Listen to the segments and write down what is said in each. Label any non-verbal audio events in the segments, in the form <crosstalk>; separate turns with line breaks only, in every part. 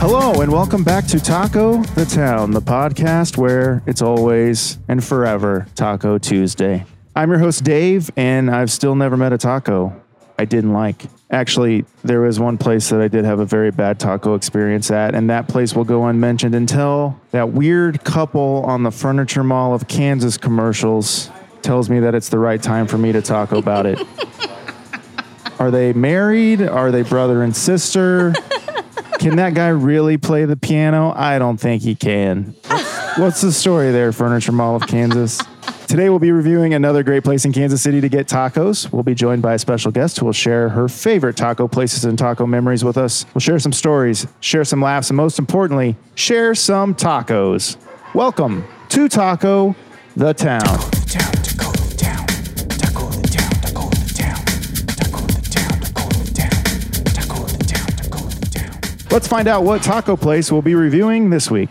Hello, and welcome back to Taco the Town, the podcast where it's always and forever Taco Tuesday. I'm your host, Dave, and I've still never met a taco I didn't like. Actually, there was one place that I did have a very bad taco experience at, and that place will go unmentioned until that weird couple on the Furniture Mall of Kansas commercials tells me that it's the right time for me to talk about it. Are they married? Are they brother and sister? Can that guy really play the piano? I don't think he can. What's the story there, Furniture Mall of Kansas? Today we'll be reviewing another great place in Kansas City to get tacos. We'll be joined by a special guest who will share her favorite taco places and taco memories with us. We'll share some stories, share some laughs, and most importantly, share some tacos. Welcome to Taco the Town. Let's find out what taco place we'll be reviewing this week.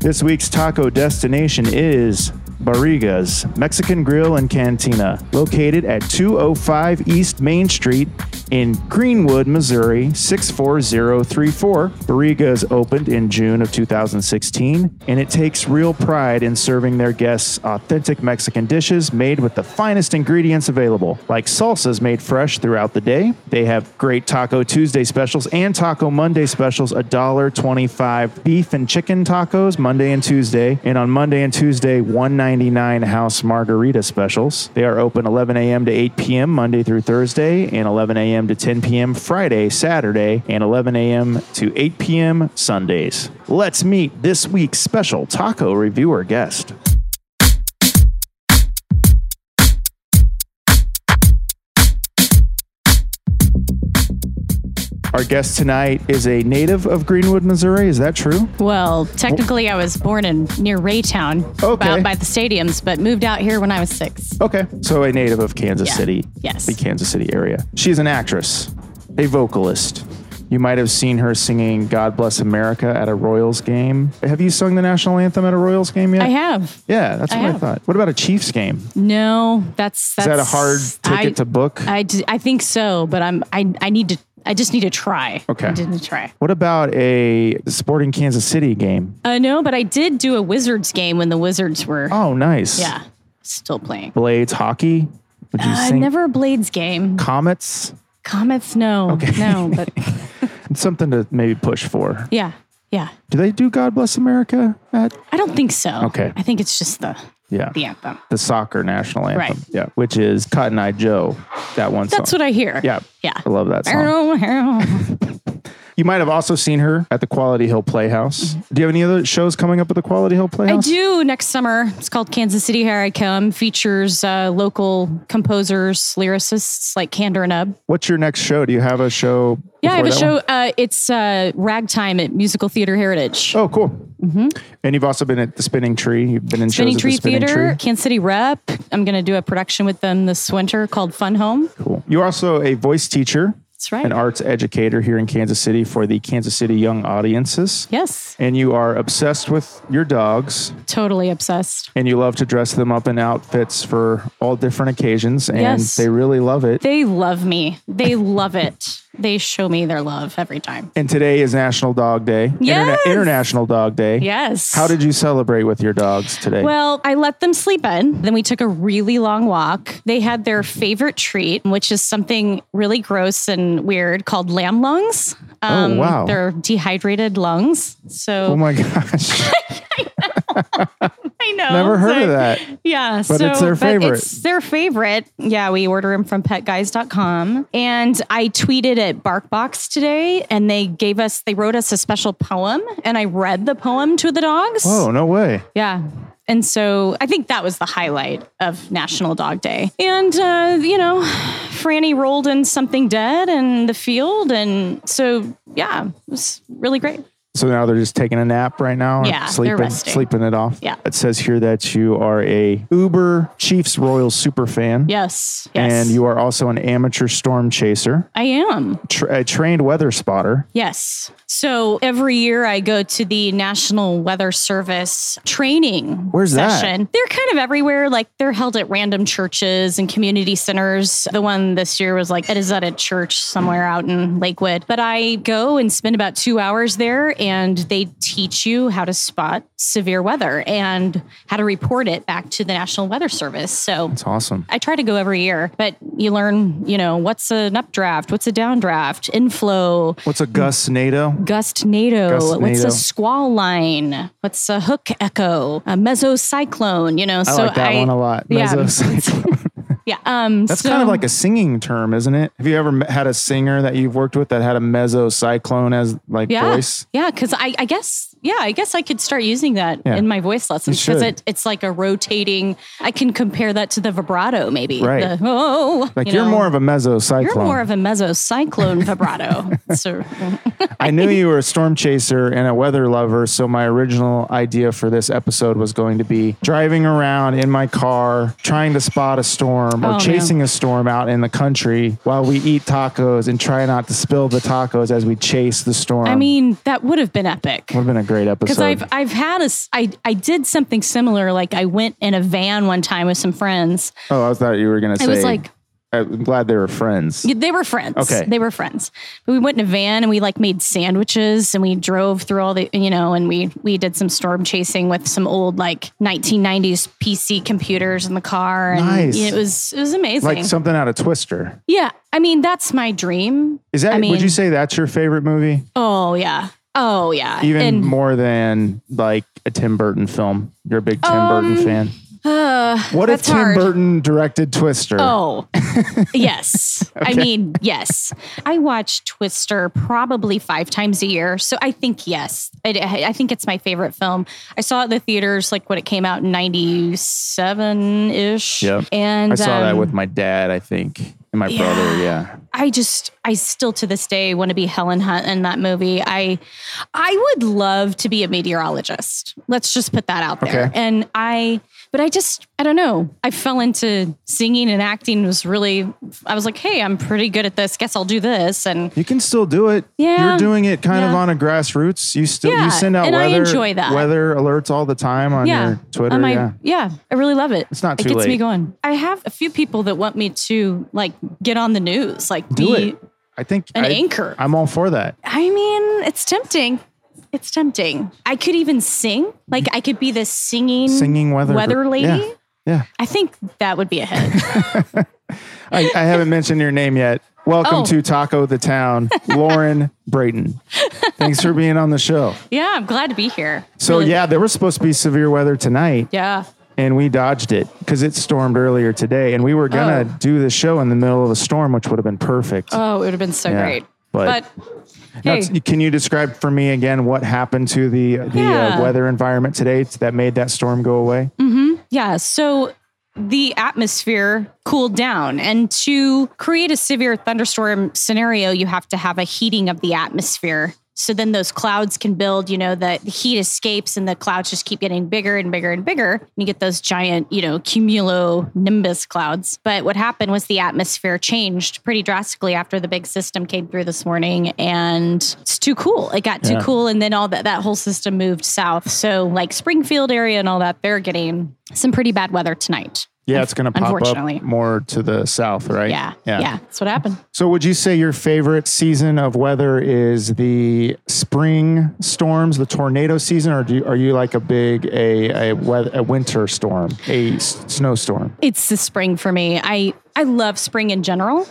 This week's taco destination is Barriga's Mexican Grill and Cantina, located at 205 East Main Street in Greenwood, Missouri 64034. Barriga's opened in June of 2016, and it takes real pride in serving their guests authentic Mexican dishes made with the finest ingredients available, like salsas made fresh throughout the day. They have great Taco Tuesday specials and Taco Monday specials, $1.25 beef and chicken tacos Monday and Tuesday, and on Monday and Tuesday, $1.99 house margarita specials. They are open 11 a.m. to 8 p.m. Monday through Thursday, and 11 a.m. to 10 p.m. Friday, Saturday, and 11 a.m. to 8 p.m. Sundays. Let's meet this week's special taco reviewer guest. Our guest tonight is a native of Greenwood, Missouri. Is that true?
Well, technically, I was born in near Raytown,
Okay.
about by the stadiums, but moved out here when I was six.
Okay. So a native of Kansas
Yeah.
City.
Yes.
The Kansas City area. She's an actress, a vocalist. You might have seen her singing God Bless America at a Royals game. Have you sung the national anthem at a Royals game yet?
I have
Yeah, that's
I
what I
have.
thought. What about a Chiefs game? Is
no. That's that's
that a hard ticket to
I-
book?
I, d- I think so, but I'm I, I need to I just need to try.
Okay.
I didn't try.
what about a Sporting Kansas City game?
Uh, no, but I did do a Wizards game when the Wizards were
Oh, nice.
yeah still playing.
Blades hockey. Would you
Uh,
sing
never a Blades game.
Comets?
Comets, no, no,
<laughs>
but
It's something to maybe push for.
yeah, yeah.
Do they do God Bless America at?
I don't think so.
Okay.
I think it's just the
Yeah.
the anthem.
The soccer national anthem.
Right.
Yeah. Which is Cotton Eye Joe. That one
That's
song.
what I hear.
Yeah.
yeah.
I love that song. You might have also seen her at the Quality Hill Playhouse. Do you have any other shows coming up at the Quality Hill
Mm-hmm. I
Playhouse?
do next summer. It's called Kansas City Here I Come. Features uh, local composers, lyricists like Candor and Ub.
What's your next show? Do you have a show?
Yeah, I have a
before that one?
show. Uh, it's uh, Ragtime at Musical Theater Heritage.
Oh, cool. And you've also been at the Spinning Tree. You've been in
Mm-hmm. Spinning
shows
Tree
at the Spinning
Theater,
Tree.
Kansas City Rep. I'm going to do a production with them this winter called Fun Home.
Cool. You're also a voice teacher,
That's right.
an arts educator here in Kansas City for the Kansas City Young Audiences.
yes,
And you are obsessed with your dogs,
totally obsessed.
and you love to dress them up in outfits for all different occasions, and
Yes.
they really love it.
They love me. They love it. They show me their love every time.
and today is National Dog Day, Interna-
Yes.
International Dog Day.
Yes.
How did you celebrate with your dogs today?
Well, I let them sleep in. Then we took a really long walk. They had their favorite treat, which is something really gross and weird called lamb lungs. Um,
Oh, wow.
They're dehydrated lungs. So
oh my gosh.
<laughs>
<laughs>
I know.
Never heard
so-
of that.
Yeah.
But
so,
it's their favorite.
it's their favorite. Yeah. We order them from petguys.com. And I tweeted at Barkbox today and they gave us, they wrote us a special poem and I read the poem to the dogs.
Oh, no way.
Yeah. And so I think that was the highlight of National Dog Day. And, uh, you know, Franny rolled in something dead in the field. And so, yeah, it was really great.
So now they're just taking a nap right now.
Yeah,
and
they're
sleeping,
resting.
sleeping it off.
Yeah.
It says here that you are a Uber Chiefs Royal super fan.
Yes. Yes.
And you are also an amateur storm chaser,
I am.
tra- a trained weather spotter.
Yes. So every year I go to the National Weather Service training
Where's that?
session. They're kind of everywhere. Like they're held at random churches and community centers. The one this year was like it is at a church somewhere out in Lakewood. But I go and spend about two hours there and they teach you how to spot severe weather and how to report it back to the National Weather Service. So
It's awesome.
I try to go every year, but you learn, you know, what's an updraft, what's a downdraft, inflow,
What's a Gus NATO?
gust NATO,
Gust
what's
NATO.
a squall line, what's a hook echo, a mesocyclone, you know.
I
so
like that
I
one a lot.
yeah.
Mesocyclone.
yeah. Um
That's kind of like a singing term, isn't it? Have you ever m- had a singer that you've worked with that had a mesocyclone as like
yeah,
voice?
Yeah, because I, I guess yeah, I guess I could start using that
Yeah.
in my voice lessons
You
because
should.
it, it's like a rotating I can compare that to the vibrato maybe.
Right.
The, <laughs> oh
Like
you
you are
know.
more of a mesocyclone.
you're more of a
<laughs>
mesocyclone vibrato. So
I knew you were a storm chaser and a weather lover, so my original idea for this episode was going to be driving around in my car, trying to spot a storm or
Oh,
chasing a storm out in the country while we eat tacos and try not to spill the tacos as we chase the storm.
I mean that would have been epic.
would have been a great episode.
Because I've I've had a s- I I did something similar. Like I went in a van one time with some friends.
oh, I thought you were going to
I
say.
was like.
I'm glad they were friends.
They were friends.
Okay.
They were friends. But we went in a van and we like made sandwiches and we drove through all the, you know, and we we did some storm chasing with some old like 1990s PC computers in the car and
Nice.
it was it was amazing.
Like something out of Twister.
yeah. I mean, that's my dream.
Is that?
I mean-
would you say that's your favorite movie?
Oh yeah. Oh yeah.
Even
and
more than like a Tim Burton film. You're a big Tim Burton fan.
Um, uh,
What if
that's
Tim
hard.
Burton directed Twister? <laughs>
Oh, yes. I mean, yes. I watch Twister probably five times a year. So I think, yes. I, I I think it's my favorite film. I saw it at the theaters like when it came out in 97 ish.
Yep.
And
I saw that
um,
with my dad, I think, and my brother. Yeah.
I just, I still to this day want to be Helen Hunt in that movie. I, I would love to be a meteorologist. Let's just put that out there.
Okay.
And I, but I just, I don't know. I fell into singing and acting was really, I was like, hey, I'm pretty good at this. Guess I'll do this. And
You can still do it.
Yeah.
You're doing it kind of
Yeah.
on a grassroots. You still
Yeah,
you send out
and I
weather
enjoy that.
weather alerts all the time on
yeah,
your Twitter.
on my-
yeah.
I really love it.
It's not
It
too
gets me
late.
going. I have a few people that want me to like get on the news, like
Do
be
it. I think
an
I,
anchor.
I'm all for that.
I mean, it's tempting. It's tempting. I could even sing. Like I could be this singing
Singing weather
weather
group.
lady.
Yeah. Yeah.
I think that would be
<laughs>
a hit.
I, I haven't mentioned your name yet. Welcome
Oh.
to Taco the Town, Lauren
<laughs>
Brayton. Thanks for being on the show.
yeah, I'm glad to be here.
So
Really-
yeah, there was supposed to be severe weather tonight.
yeah.
and we dodged it because it stormed earlier today and we were gonna
Oh.
do the show in the middle of a storm which would have been perfect
Oh, it would have been so
Yeah,
great.
but-
But,
Now,
hey,
t- can you describe for me again what happened to the the
Yeah. Mm,
uh, weather environment today t- that made that storm go away
yeah. So the atmosphere cooled down, and to create a severe thunderstorm scenario, you have to have a heating of the atmosphere. So then those clouds can build, you know, the, the heat escapes and the clouds just keep getting bigger and bigger and bigger. And you get those giant, you know, cumulonimbus clouds. But what happened was the atmosphere changed pretty drastically after the big system came through this morning and it's too cool. It got too
Yeah.
cool. And then all that, that whole system moved south. So like Springfield area and all that, they're getting some pretty bad weather tonight.
yeah it's gonna pop
Unfortunately.
up more to the south right
Yeah. Yeah. That's what happened.
so would you say your favorite season of weather is the spring storms the tornado season or do you, are you like a big a a, weather, a winter storm a s- snowstorm
it's the spring for me. I I love spring in general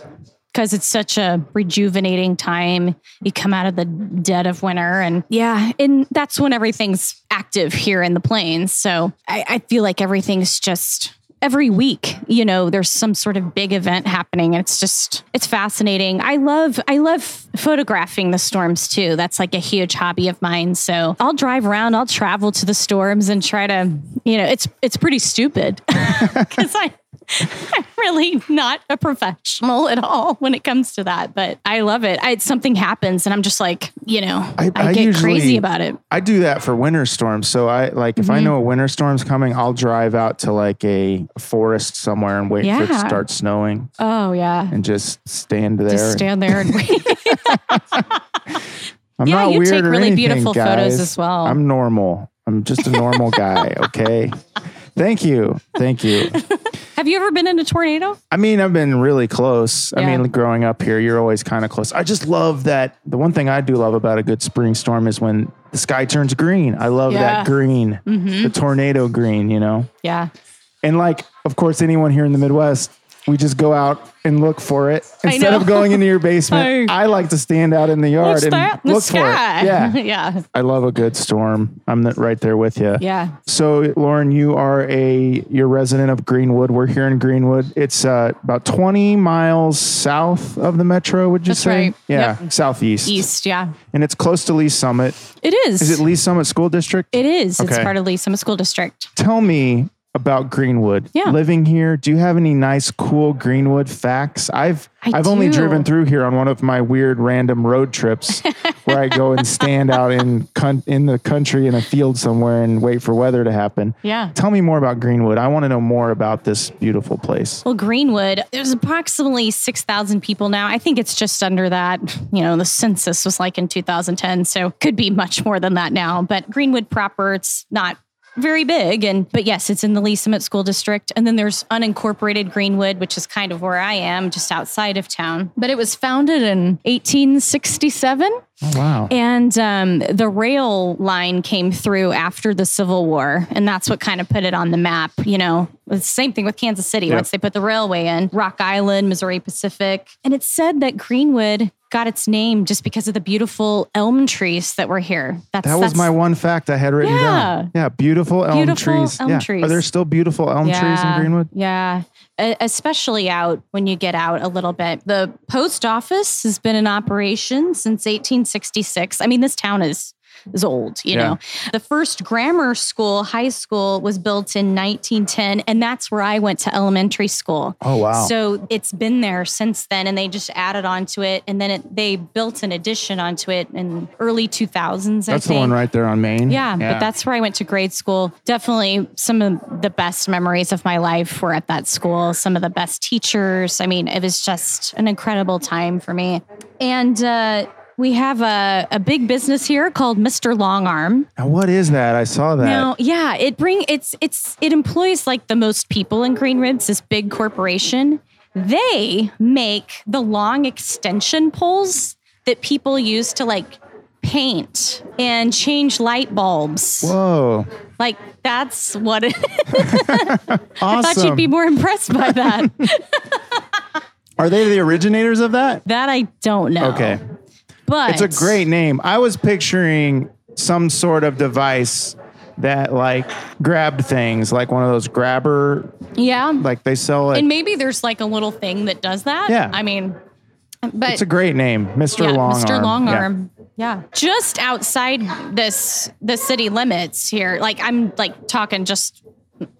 because it's such a rejuvenating time. You come out of the dead of winter, and yeah, and that's when everything's active here in the plains. So I, I feel like everything's just every week you know there's some sort of big event happening and it's just it's fascinating i love i love photographing the storms too that's like a huge hobby of mine so i'll drive around i'll <laughs> travel to the storms and try to you know it's it's pretty stupid because I <laughs> I'm really not a professional at all when it comes to that, but I love it. I, something happens and I'm just like, you know,
I-
I,
I
get
usually-
crazy about it. Mm-hmm.
I do that for winter storms. So I like if I know a winter storm's coming, I'll drive out to like a forest somewhere and wait for it to
Yeah.
start snowing
Oh, yeah.
and just stand there.
Just stand there and wait.
<laughs> I'm
Yeah,
not
you
weird
take
or
really
anything,
beautiful
guys.
photos as well.
I'm normal. I'm just a normal guy.
<laughs>
Okay. Thank you. Thank you.
Have you ever been in a tornado?
I mean, I've been really close. I
Yeah.
mean, growing up here, you're always kind of close. I just love that. The one thing I do love about a good spring storm is when the sky turns green. I love
Yeah. Mm-hmm.
that green, the tornado green, you know?
Yeah.
And like, of course, anyone here in the Midwest, we just go out and look for it
I
instead
know.
of going
<laughs>
into your basement.
I-
I like to stand out in the yard
What's
and
that? in The
look
sky.
for it.
<laughs>
Yeah,
yeah.
I love a good storm. I'm th- right there with you.
Yeah.
So, Lauren, you are a you're a resident of Greenwood. We're here in Greenwood. It's uh, about 20 miles south of the metro. Would you
That's
say?
right.
Yeah, southeast.
East. Yeah.
and it's close to Lee Summit.
It is.
Is it Lee Summit School District?
it is. It's
Okay.
part of Lee Summit School District.
tell me about Greenwood.
Yeah.
Living here, do you have any nice, cool Greenwood facts? I've
I
have only
do.
driven through here on one of my weird random road trips
<laughs>
where I go and stand out in con- in the country in a field somewhere and wait for weather to happen.
Yeah.
Tell me more about Greenwood. I want to know more about this beautiful place.
Well, Greenwood, there's approximately 6,000 people now. I think it's just under that. You know, the census was like in 2010, so it could be much more than that now. But Greenwood proper, it's not very big and but yes it's in the lee summit school district and then there's unincorporated greenwood which is kind of where i am just outside of town but it was founded in 1867
Oh, wow.
and um, the rail line came through after the Civil War, and that's what kind of put it on the map. You know, the same thing with Kansas City.
Yep.
Once they put the railway in, Rock Island, Missouri Pacific, and it's said that Greenwood got its name just because of the beautiful elm trees that were here. That's
that was
that's-
my one fact I had written
Yeah.
down. Yeah, beautiful elm
Beautiful
trees.
elm
yeah.
trees.
Are there still beautiful elm trees in Greenwood?
Yeah. E- Especially out when you get out a little bit. The post office has been in operation since 1866. I mean, this town is is old, you
Yeah.
know. The first grammar school, high school was built in 1910 and that's where I went to elementary school.
Oh wow.
So it's been there since then, and they just added onto it, and then it, they built an addition onto it in early 2000s. I
that's the
think.
one right there on Maine.
Yeah, but that's where I went to grade school. Definitely some of the best memories of my life were at that school, some of the best teachers. I mean, it was just an incredible time for me. And uh, we have a, a big business here called Mr. Longarm.
Now, what is that? I saw that.
Now, yeah, it bring it's it's it employs like the most people in Green Ribs, this big corporation. They make the long extension poles that people use to like paint and change light bulbs.
Whoa.
Like that's what it, <laughs>
Awesome.
I thought you'd be more
<laughs>
impressed by that.
Are they the originators of that?
that I don't know.
Okay.
but
It's a great name. I was picturing some sort of device that like grabbed things, like one of those grabber,
yeah.
like they sell it.
and maybe there's like a little thing that does that.
Yeah.
I mean, but
It's a great name, Mr.
yeah,
Longarm.
Mr.
Yeah.
Longarm. Yeah. Just outside this the city limits here. Like I'm like talking just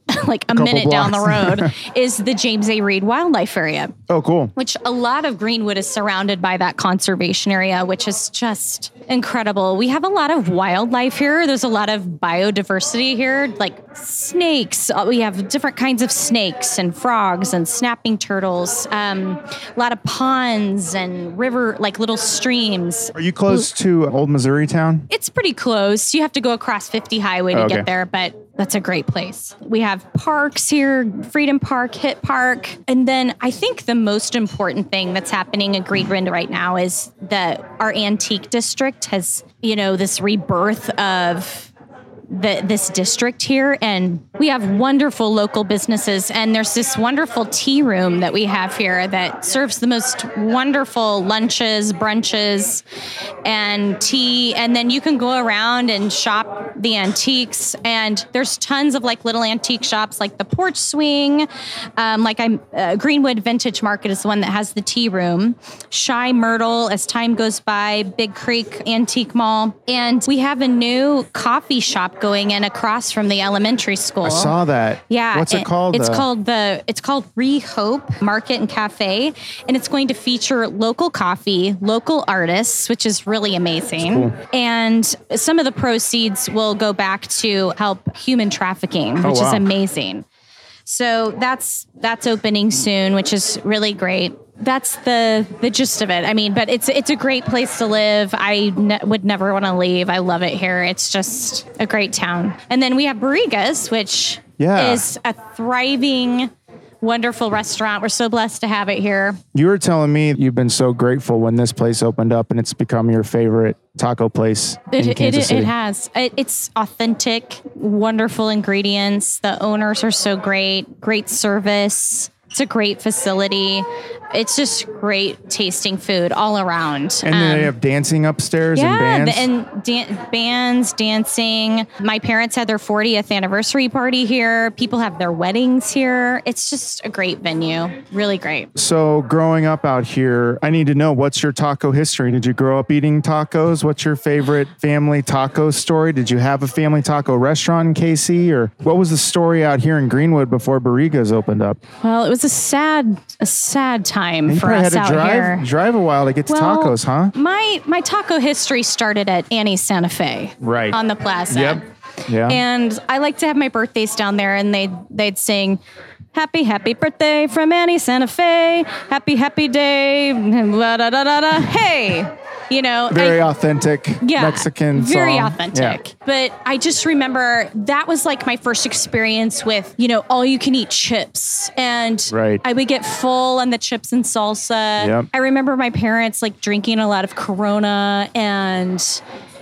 <laughs> like a, minute down
<laughs>
the road is the James A. Reed Wildlife Area,
Oh, cool.
which a lot of Greenwood is surrounded by that conservation area, which is just incredible. We have a lot of wildlife here. There's a lot of biodiversity here, like snakes. Uh, We have different kinds of snakes and frogs and snapping turtles. Um, a lot of ponds and river, like little streams.
Are you close to Old Missouri Town?
It's pretty close. You have to go across 50 Highway to
Okay.
get there, but that's a great place. We have parks here Freedom Park, Hit Park. And then I think the most important thing that's happening in Greenland right now is that our antique district has, you know, this rebirth of the, this district here, and we have wonderful local businesses. And there's this wonderful tea room that we have here that serves the most wonderful lunches, brunches, and tea. And then you can go around and shop the antiques. And there's tons of like little antique shops, like the Porch Swing, um, like I'm uh, Greenwood Vintage Market is the one that has the tea room. Shy Myrtle, as time goes by, Big Creek Antique Mall, and we have a new coffee shop going in across from the elementary school.
I saw that.
Yeah.
What's it, called?
It's
though?
called the it's called Rehope Market and Cafe, and it's going to feature local coffee, local artists, which is really amazing.
cool.
And some of the proceeds will go back to help human trafficking, which
Oh, wow.
is amazing. So that's that's opening soon, which is really great. That's the the gist of it. I mean, but it's it's a great place to live. I ne- would never want to leave. I love it here. It's just a great town. And then we have Barrigas, which
Yeah.
is a thriving, wonderful restaurant. We're so blessed to have it here.
You were telling me you've been so grateful when this place opened up and it's become your favorite taco place
It,
in
it,
Kansas
it,
City.
it has. It, it's authentic, wonderful ingredients. The owners are so great, great service. It's a great facility. It's just great tasting food all around.
and then they
Um,
have dancing upstairs and
yeah,
bands.
the- and dan- bands, dancing. My parents had their 40th anniversary party here. People have their weddings here. It's just a great venue. Really great.
so growing up out here, I need to know what's your taco history? Did you grow up eating tacos? What's your favorite family taco story? Did you have a family taco restaurant in KC or what was the story out here in Greenwood before Barrigas opened up?
Well, it was a sad, a sad time
You
for
probably
us
had
out
to drive
here.
drive a while to get to
Well,
tacos, huh?
My my taco history started at Annie's Santa Fe,
Right.
on the plaza.
Yeah.
And I like to have my birthdays down there, and they they'd sing. Happy, happy birthday from Annie Santa Fe. Happy, happy day. <laughs> Da, da, da, da, da. Hey, you know,
very
I-
authentic
yeah,
Mexican
very
song.
authentic.
Yeah.
But I just remember that was like my first experience with you know all you can eat chips, and
Right.
I would get full on the chips and salsa.
Yep.
I remember my parents like drinking a lot of Corona and.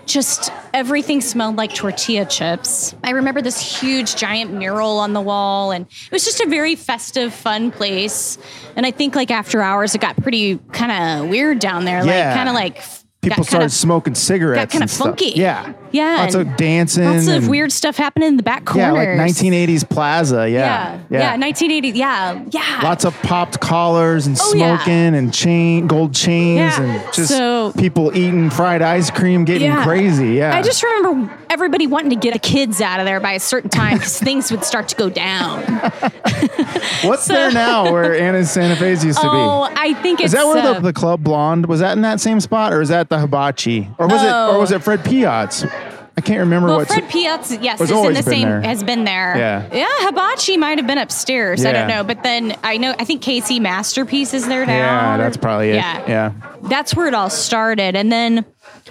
Just everything smelled like tortilla chips. I remember this huge giant mural on the wall, and it was just a very festive, fun place. And I think, like, after hours, it got pretty kind of weird down there.
Yeah.
Like, kind of like got
People
kinda
started smoking cigarettes.
kinda
and stuff.
funky.
Yeah.
Yeah,
Lots
and
of dancing.
Lots of
and-
weird stuff happening in the back
Yeah, like
corners.
1980s plaza. Yeah.
Yeah, yeah, 1980. Yeah, yeah.
Lots of popped collars and
Oh, yeah.
smoking and chain gold chains
Yeah.
and just
So-
people eating fried ice cream, getting crazy. Yeah.
I just remember everybody wanting to get the kids out of there by a certain time because things would start to go
<laughs>
down.
what's there now
<laughs>
where Anna Santa Fe used to
Oh,
be?
I think
Is
it's
that where the,
uh,
the club blonde was that in that same spot or is that the hibachi or was it or
Oh.
was it Fred Piat's? I can't remember
well,
what
Fred Piatz, yes,
was
is in
always
the
been
same.
there.
Has been there.
Yeah.
yeah. Hibachi might have been upstairs. I don't
Yeah.
know, but then I know I think Casey Masterpiece is there now.
Yeah, that's probably it.
Yeah.
yeah.
that's where it all started. And then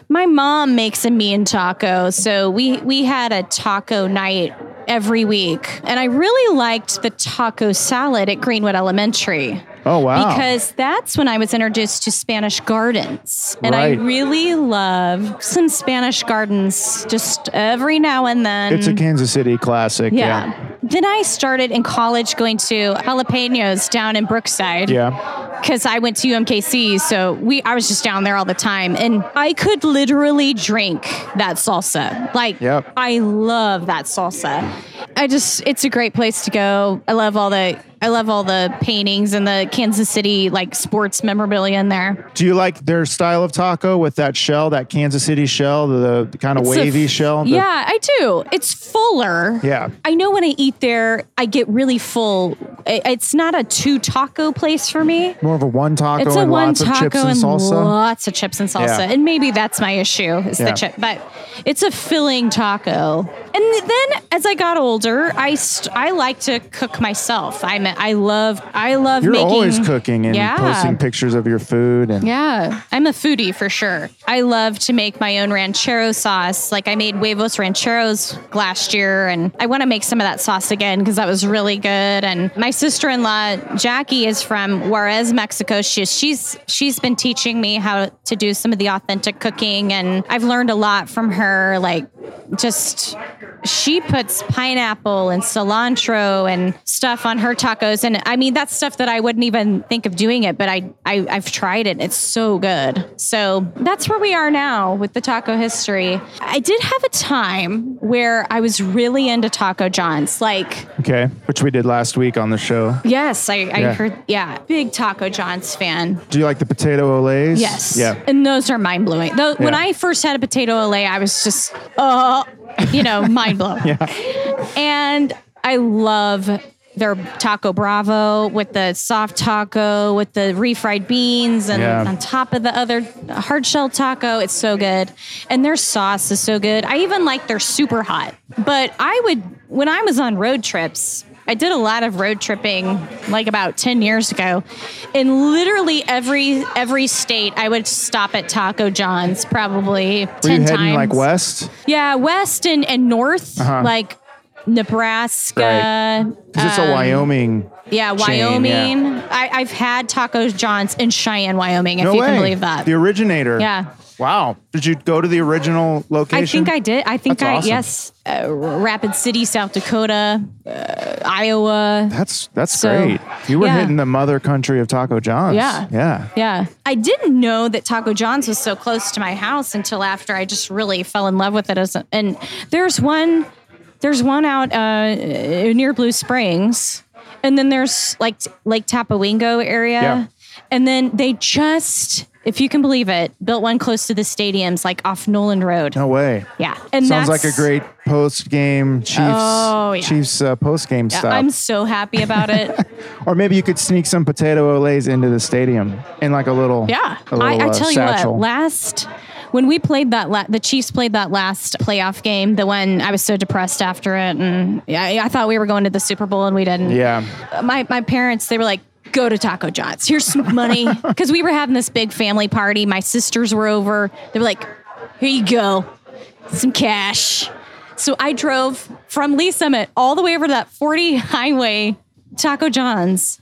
my mom makes a mean taco. So we we had a taco night every week. And I really liked the taco salad at Greenwood Elementary.
Oh wow!
Because that's when I was introduced to Spanish gardens. And
Right.
I really love some Spanish gardens just every now and then.
it's a Kansas City classic.
yeah.
Yeah.
Then I started in college going to jalapenos down in Brookside
Yeah.
because I went to UMKC, so we I was just down there all the time, and I could literally drink that salsa. Like,
Yep.
I love that salsa. I just, it's a great place to go. I love all the, I love all the paintings and the Kansas City like sports memorabilia in there.
Do you like their style of taco with that shell, that Kansas City shell, the, the kind of
It's a
wavy
f-
shell? the-
Yeah, I do. It's fuller.
Yeah.
I know when I eat there, I get really full. I- It's not a two taco place for me.
More of a one taco
It's a
and
one
lots
taco
of chips and
and
salsa.
lots of chips and salsa,
Yeah.
and maybe that's my issue is
Yeah.
the chip, but it's a filling taco. And then as I got older, I st- I like to cook myself. I am I love I love
You're
making,
always cooking and
Yeah.
posting pictures of your food and
Yeah, I'm a foodie for sure. I love to make my own ranchero sauce. Like I made huevos rancheros last year, and I want to make some of that sauce again because that was really good. And my sister-in-law Jackie is from Juarez, Mexico. She, she's she's been teaching me how to do some of the authentic cooking, and I've learned a lot from her. Like just she puts pineapple and cilantro and stuff on her tacos and i mean that's stuff that i wouldn't even think of doing it but I, I i've tried it it's so good so that's where we are now with the taco history i did have a time where i was really into taco johns like
okay, which we did last week on the show.
yes i, I
Yeah.
heard yeah big taco johns fan
Do you like the potato olays?
Yes.
Yeah.
And those are mind blowing. Though When I first had a potato Olay, I was just, oh, oh, you know,
<laughs>
mind blown. And I love their taco bravo with the soft taco with the refried beans and
Yeah.
on top of the other hard shell taco. It's so good. And their sauce is so good. I even like their super hot. But I would, when I was on road trips, I did a lot of road tripping like about 10 years ago. In literally every every state, I would stop at Taco John's probably 10
Were you
times.
heading like west?
Yeah, west and, and north,
Uh-huh.
like Nebraska.
Because it's a
um,
Wyoming.
Yeah,
chain, yeah.
Wyoming. I, I've had Taco John's in Cheyenne, Wyoming, if
No
you
way.
can believe that.
The originator.
Yeah.
Wow. Did you go to the original location?
I think I did. I think
That's
I,
awesome.
yes, uh, Rapid City, South Dakota, uh, Iowa.
That's that's
So,
great. You were
yeah.
hitting the mother country of Taco John's.
Yeah.
Yeah.
Yeah. I didn't know that Taco John's was so close to my house until after I just really fell in love with it. As a, and there's one, there's one out uh, near Blue Springs, and then there's like Lake Tapawingo area,
Yeah.
and then they just, if you can believe it, built one close to the stadiums, like off Nolan Road.
No way.
Yeah, and
Sounds
that's-
like a great post game Chiefs
Oh, yeah.
Chiefs uh, post game stuff.
I'm so happy about it.
or maybe you could sneak some potato olays into the stadium in like a little
Yeah,
a little,
I, I
uh,
tell you
satchel.
what. Last when we played that, la- the Chiefs played that last playoff game. The one I was so depressed after it, and I, I thought we were going to the Super Bowl, and we didn't.
yeah.
My my parents they were like. Go to Taco John's. Here's some money. Because we were having this big family party. My sisters were over. They were like, here you go, some cash. So I drove from Lee Summit all the way over to that 40 highway Taco John's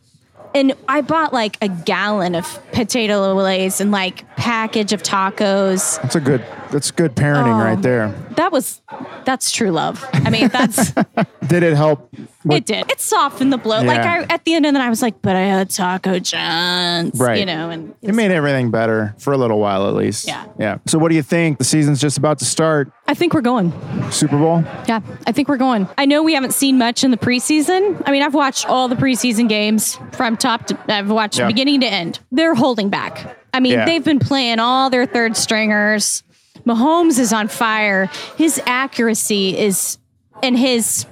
and I bought like a gallon of potato olays and like package of tacos.
That's a good that's good parenting
Oh.
right there.
That was that's true love. I mean, that's
Did it help? with-
it did. It softened the blow. Like
Yeah.
I at the end of the night I was like, but I had Taco John's.
Right.
You know, and
It made everything better for a little while at least.
Yeah.
Yeah. So what do you think? The season's just about to start.
I think we're going.
Super Bowl?
Yeah. I think we're going. I know we haven't seen much in the preseason. I mean, I've watched all the preseason games from top to I've watched
Yeah.
beginning to end. They're holding back. I mean,
Yeah.
they've been playing all their third stringers. Mahomes is on fire. His accuracy is and his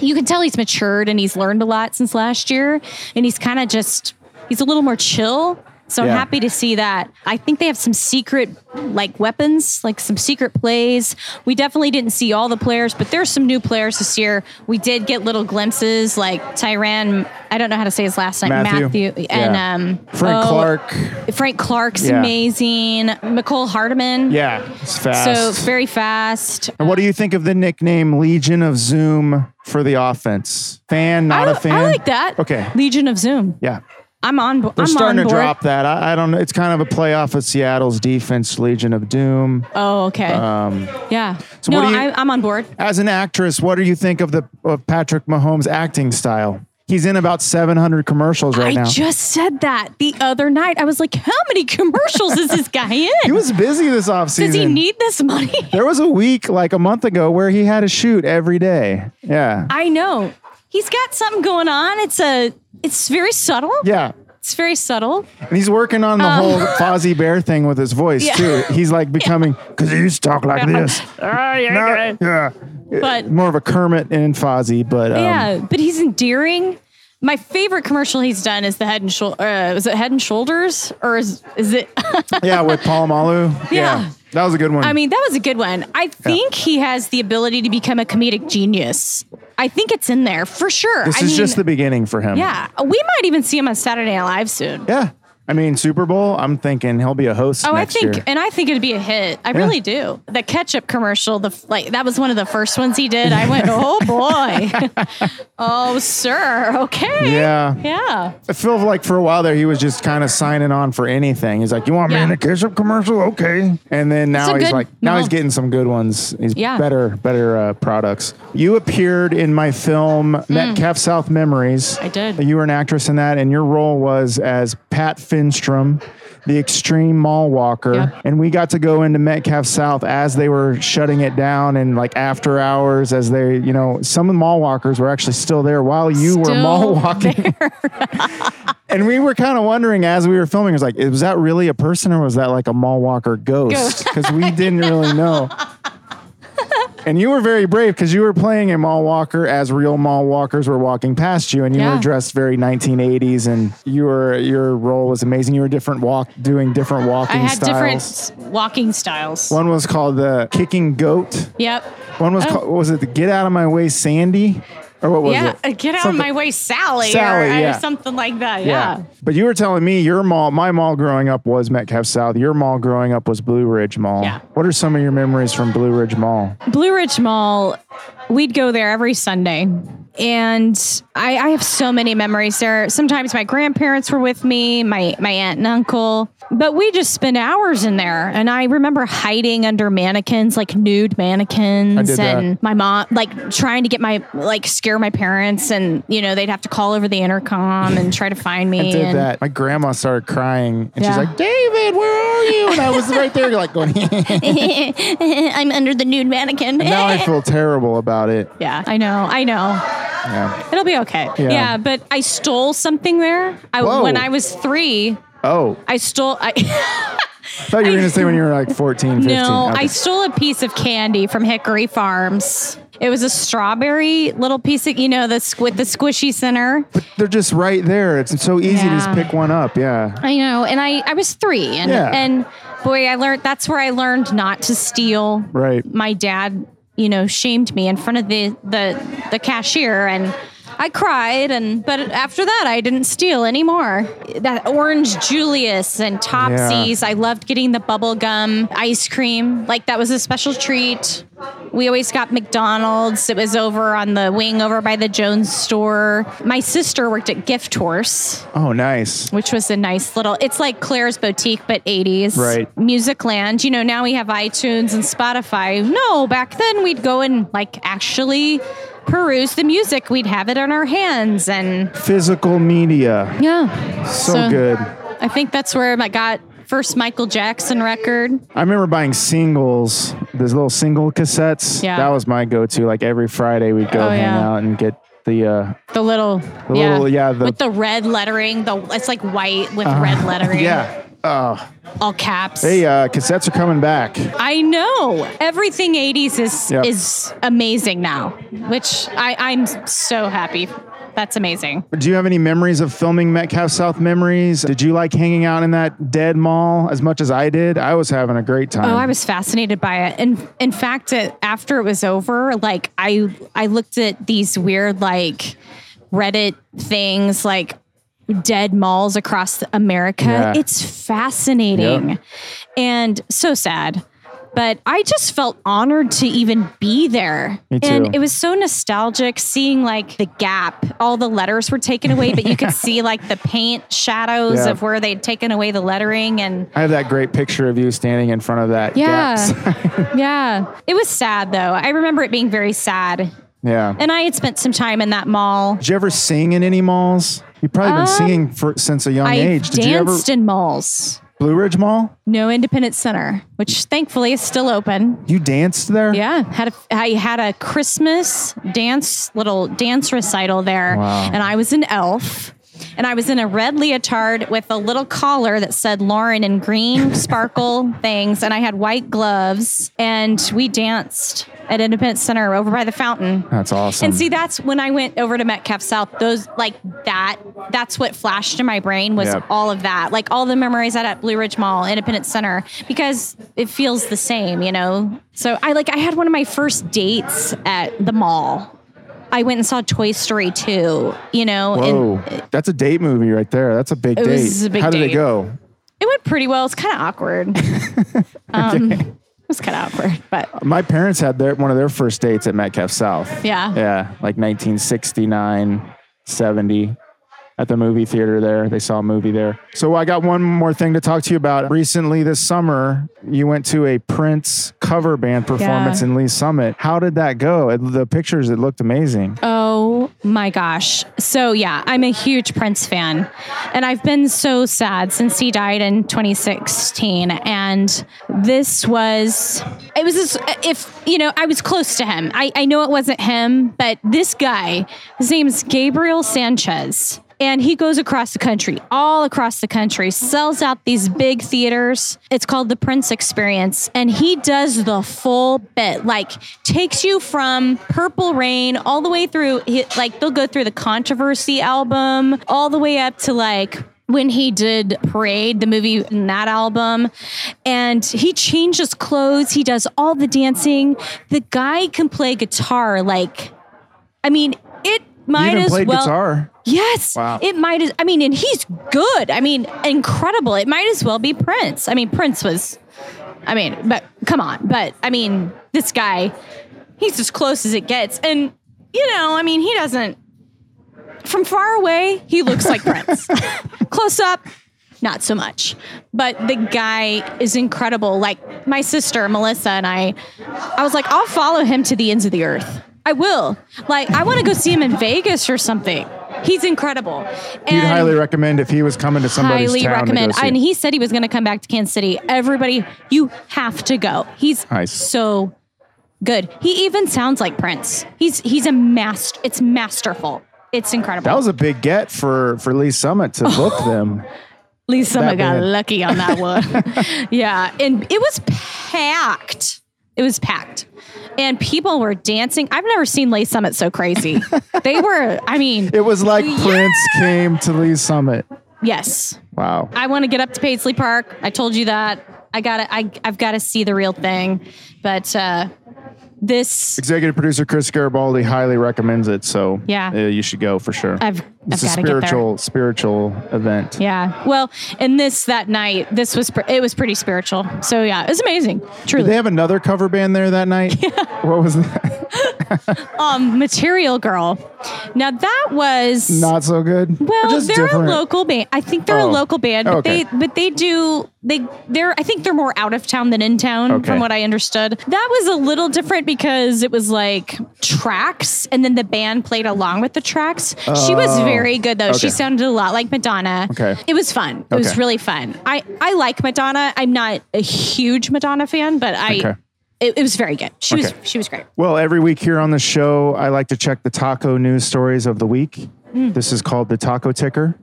you can tell he's matured and he's learned a lot since last year and he's kind of just he's a little more chill so
Yeah.
i'm happy to see that i think they have some secret like weapons like some secret plays we definitely didn't see all the players but there's some new players this year we did get little glimpses like tyran i don't know how to say his last name
Matthew.
matthew, and
Yeah.
um
Frank
oh,
Clark.
frank clark's
Yeah.
amazing nicole hardeman
Yeah. It's
so
fast.
very fast
And what do you think of the nickname Legion of Zoom for the offense? Fan, not a
I,
fan.
I like that
Okay.
legion of zoom
Yeah.
i'm on bo-
They're
i'm
starting
on
to
board.
drop that. I, I don't know. It's kind of a playoff of Seattle's defense, Legion of Doom.
Oh, okay. yeah.
Um, so
no,
what do you-
I, I'm on board.
As an actress, what do you think of the of Patrick Mahomes' acting style? He's in about 700 commercials right
I
now.
just said that the other night. I was like, how many commercials is this
<laughs>
guy in?
he was busy this offseason.
Does he need this money?
<laughs> there was a week like a month ago where he had a shoot every day. Yeah.
I know. He's got something going on. It's a it's very subtle.
yeah.
It's very subtle.
And he's working on the
Um.
whole Fozzie Bear thing with his voice
<laughs> Yeah.
too. He's like becoming because he used to talk
<laughs>
like this. Now- yeah.
But
More of a Kermit and Fozzie, but um,
yeah, but he's endearing. My favorite commercial he's done is the Head and Shoulders. Uh, was it Head and Shoulders or is is it?
yeah, with Paul Malu.
Yeah.
That was a good one.
I mean, that was a good one. I think he has the ability to become a comedic genius. I think it's in there for sure.
this
I
is
mean,
just the beginning for him.
Yeah, we might even see him on Saturday Night Live soon.
Yeah. I mean, Super Bowl, I'm thinking he'll be a host.
Oh,
next
I think,
year.
and I think it'd be a hit. I really do. The ketchup commercial, the f- like that was one of the first ones he did. I went,
<laughs>
oh boy, oh sir, okay,
Yeah.
yeah.
I feel like for a while there, he was just kind of signing on for anything. He's like, "You want me
Yeah.
in a ketchup commercial? Okay." And then now
a
he's
good-
like, now he's
no.
getting some good ones. He's
Yeah.
better, better uh, products. You appeared in my film Metcalf South Memories.
Mm. I did.
You were an actress in that, and your role was as Pat Finstrom, the extreme mall walker.
Yep.
And we got to go into Metcalf South as they were shutting it down, and like after hours, as they, you know, some of the mall walkers were actually still there while you were
Still
mall walking. And we were kind of wondering as we were filming, it was like, was that really a
<laughs>
person or was that like a mall walker ghost? Because we didn't really know. And you were very brave because you were playing a mall walker as real mall walkers were walking past you, and you
Yeah.
were dressed very 1980s, and you were your role was amazing. You were different walk, doing different
I
walking
had
styles.
different walking styles.
One was called the kicking goat.
yep.
One was
Oh.
called, was it the get out of my way, Sandy, or what was
Yeah. uh,
it?
Get out
Something-
of my way, Sally. or-
Sally,
or,
yeah.
something like that. Yeah.
But you were telling me your mall, my mall growing up was Metcalf South. Your mall growing up was Blue Ridge Mall.
Yeah.
What are some of your memories from Blue Ridge Mall?
Blue Ridge Mall, we'd go there every Sunday. And I, I have so many memories there. Sometimes my grandparents were with me, my, my aunt and uncle, but we just spent hours in there. And I remember hiding under mannequins, like nude mannequins,
did that.
and my mom, like trying to get my, like scare my parents. And, you know, they'd have to call over the intercom and try
<laughs>
to find me.
Did
and
that? My grandma started crying, and she's
Yeah.
like, "David, where are you?" And I was right there, like going.
<laughs>
<laughs>
I'm under the nude mannequin.
now I feel terrible about it.
<laughs> yeah, I know. I know.
Yeah.
It'll be okay.
Yeah.
Yeah, but I stole something there. I,
Whoa.
when I was three,
Oh,
I stole. I, <laughs>
I thought you were gonna say when you were like 14, 15.
no,
Okay.
I stole a piece of candy from Hickory Farms. It was a strawberry little piece of you know the squ- with the squishy center.
They're just right there. It's so easy to just
Yeah.
pick one up. Yeah.
I know, and I I was three, and
Yeah.
and boy, I learned that's where I learned not to steal.
Right.
My dad, you know, shamed me in front of the the the cashier, and I cried. And but after that, I didn't steal anymore. That orange Julius and Topsies. I loved getting the bubble gum ice cream. Like that was a special treat. We always got McDonald's. It was over on the wing over by the Jones store. My sister worked at Gift Horse
Oh, nice.
which was a nice little it's like claire's boutique but 80s
Right.
music land you know now we have itunes and spotify no back then we'd go and like actually peruse the music we'd have it on our hands and
Physical media,
yeah
so,
So-
good.
i think that's where i got first michael jackson record
I remember buying singles, those little single cassettes.
Yeah.
That was my go-to. Like every Friday, we'd go
Oh,
hang
yeah.
out and get the. uh
the little
The
yeah,
little- yeah, the- Uh-huh.
with the red lettering the it's like white with red
<laughs>
lettering
Yeah. Oh,
all caps
hey, uh, cassettes are coming back.
I know everything 80s is
Yep.
is amazing now, which I, I'm so happy. That's amazing.
Do you have any memories of filming Metcalf South memories? Did you like hanging out in that dead mall as much as I did? I was having a great time.
Oh, I was fascinated by it, and in fact, it, after it was over, like I I looked at these weird like Reddit things like dead malls across America.
Yeah.
It's fascinating
Yep.
and so sad. But I just felt honored to even be there.
Me too.
And it was so nostalgic seeing like the gap. All the letters were taken away, but you
<laughs>
could see like the paint shadows
Yeah.
of where they'd taken away the lettering and
I have that great picture of you standing in front of that.
Yeah.
gap.
yeah. It was sad though. I remember it being very sad.
<laughs> yeah.
And I had spent some time in that mall.
Did you ever sing in any malls? You've probably been
Um,
singing for, since a young
I
age. Did you ever
danced in malls.
Blue Ridge Mall?
No independent center, which thankfully is still open.
You danced there?
Yeah, had a I had a Christmas dance little dance recital there,
Wow.
and I was an elf, and I was in a red leotard with a little collar that said Lauren
<laughs>
in green sparkle things, and I had white gloves, and we danced at Independent Center over by the fountain.
That's awesome.
And see, that's when I went over to Metcalf South. Those like that. That's what flashed in my brain was
Yep.
all of that, like all the memories I had at Blue Ridge Mall, Independence Center, because it feels the same, you know. So I like I had one of my first dates at the mall. I went and saw Toy Story 2, you know,
Whoa,
and
that's a date movie right there. That's a big
It
date.
was a big
How did it
date.
go?
it went pretty well. It's kind of awkward. um, It was kind of awkward, but
My parents had their one of their first dates at Metcalf South.
Yeah.
Yeah, like 1969, 70 at the movie theater there. They saw a movie there. So I got one more thing to talk to you about. Recently this summer, you went to a Prince cover band performance
Yeah.
in Lee Summit. How did that go? It- The pictures, it looked amazing.
Oh my gosh. So, yeah, I'm a huge Prince fan. And I've been so sad since he died in 2016. And this was, it was, this, if, you know, I was close to him. I, I know it wasn't him, but this guy, his name's Gabriel Sanchez. And he goes across the country, all across the country, sells out these big theaters. It's called the Prince Experience. And he does the full bit, like takes you from Purple Rain all the way through, he- like they'll go through the Controversy album, all the way up to like when he did Parade, the movie in that album. And he changes clothes, he does all the dancing. The guy can play guitar like I mean, it
You
might
even
as
played
well
guitar.
Yes.
Wow.
It might as I mean, and he's good. I mean, incredible. It might as well be Prince. I mean, Prince was I mean, but come on. But I mean, this guy, he's as close as it gets. And you know, I mean, he doesn't from far away, he looks like Prince. Close up, not so much. But the guy is incredible. Like my sister Melissa and I, I was like, I'll follow him to the ends of the earth. I will. Like, I want to go see him in Vegas or something. He's incredible. And
You'd highly recommend if he was coming to somebody's
highly
town
recommend.
to go see.
And he said he was going to come back to Kansas City. Everybody, you have to go. He's
Nice.
so good. He even sounds like Prince. He's he's a master. It's masterful. It's incredible.
that was a big get for for Lee Summit to
<laughs>
book them.
Lisa
That
got
bad.
lucky on that one.
<laughs>
yeah. And it was packed. It was packed. And people were dancing. I've never seen Lay Summit so crazy.
<laughs>
they were, I mean,
It was like
Yeah.
Prince came to Lee Summit.
yes.
Wow.
I want to get up to Paisley Park. I told you that. I got to I I've got to see the real thing. But uh this
Executive producer Chris Garibaldi highly recommends it, so
Yeah.
uh, you should go for sure.
I've
it's
I've
a
got to get there.
spiritual spiritual event.
Yeah. Well, and this that night, this was pre- it was pretty spiritual. So yeah, it was amazing.
Did
Truly.
they have another cover band there that
<laughs>
night? What was that?
um, Material Girl. Now that was
Not so good. Or
well,
just
they're
different?
a local band. I think they're
Oh.
a local band, but
Okay.
they but they do they they're I think they're more out of town than in town,
Okay.
from what I understood. That was a little different because it was like tracks, and then the band played along with the tracks. she was
Oh.
very good though. She
Okay.
sounded a lot like Madonna.
Okay.
it was fun. It was
Okay.
really fun. I I like Madonna. I'm not a huge Madonna fan, but I.
Okay.
It, it was very good. She
Okay.
was she was great.
Well, every week here on the show, I like to check the taco news stories of the week.
Mm.
This is called the taco ticker.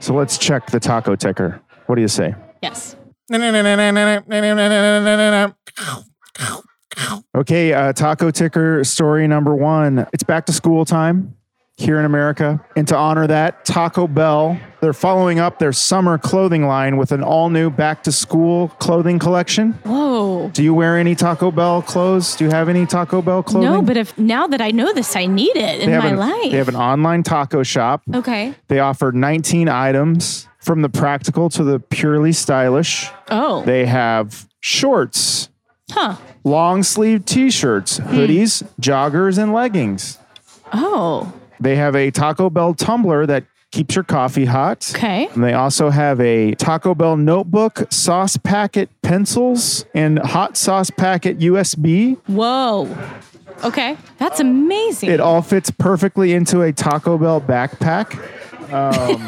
So let's check the taco ticker. What do you say?
Yes.
Okay, uh, taco ticker story number one. It's back to school time here in America. And to honor that, Taco Bell, they're following up their summer clothing line with an all new back to school clothing collection.
Whoa.
Do you wear any Taco Bell clothes? Do you have any Taco Bell clothing?
No, but if now that I know this, I need it in
They have
my
an-
life.
They have an online taco shop.
okay.
They offer 19 items from the practical to the purely stylish.
Oh.
They have shorts,
huh.
long sleeve t shirts,
Hmm.
hoodies, joggers, and leggings.
Oh.
They have a Taco Bell tumbler that keeps your coffee hot.
Okay.
And they also have a Taco Bell notebook, sauce packet pencils, and hot sauce packet USB.
Whoa. Okay. That's amazing.
It all fits perfectly into a Taco Bell backpack. Um,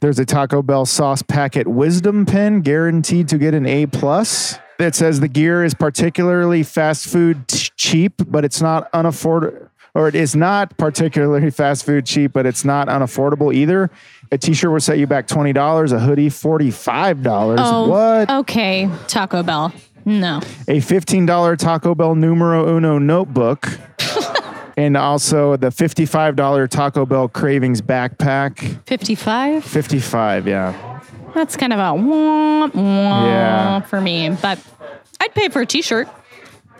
there's a Taco Bell sauce packet wisdom pen guaranteed to get an A plus. It says the gear is particularly fast food t- cheap, but it's not unaffordable. Or it is not particularly fast food cheap, but it's not unaffordable either. A T-shirt will set you back twenty dollars. A hoodie, forty-five dollars.
oh.
what?
Okay. Taco Bell. No.
a $15 Taco Bell Numero Uno
<laughs>
notebook, and also the $55 Taco Bell Cravings backpack.
55.
55, yeah.
That's kind of a womp womp
Yeah.
for me, but I'd pay for a t-shirt.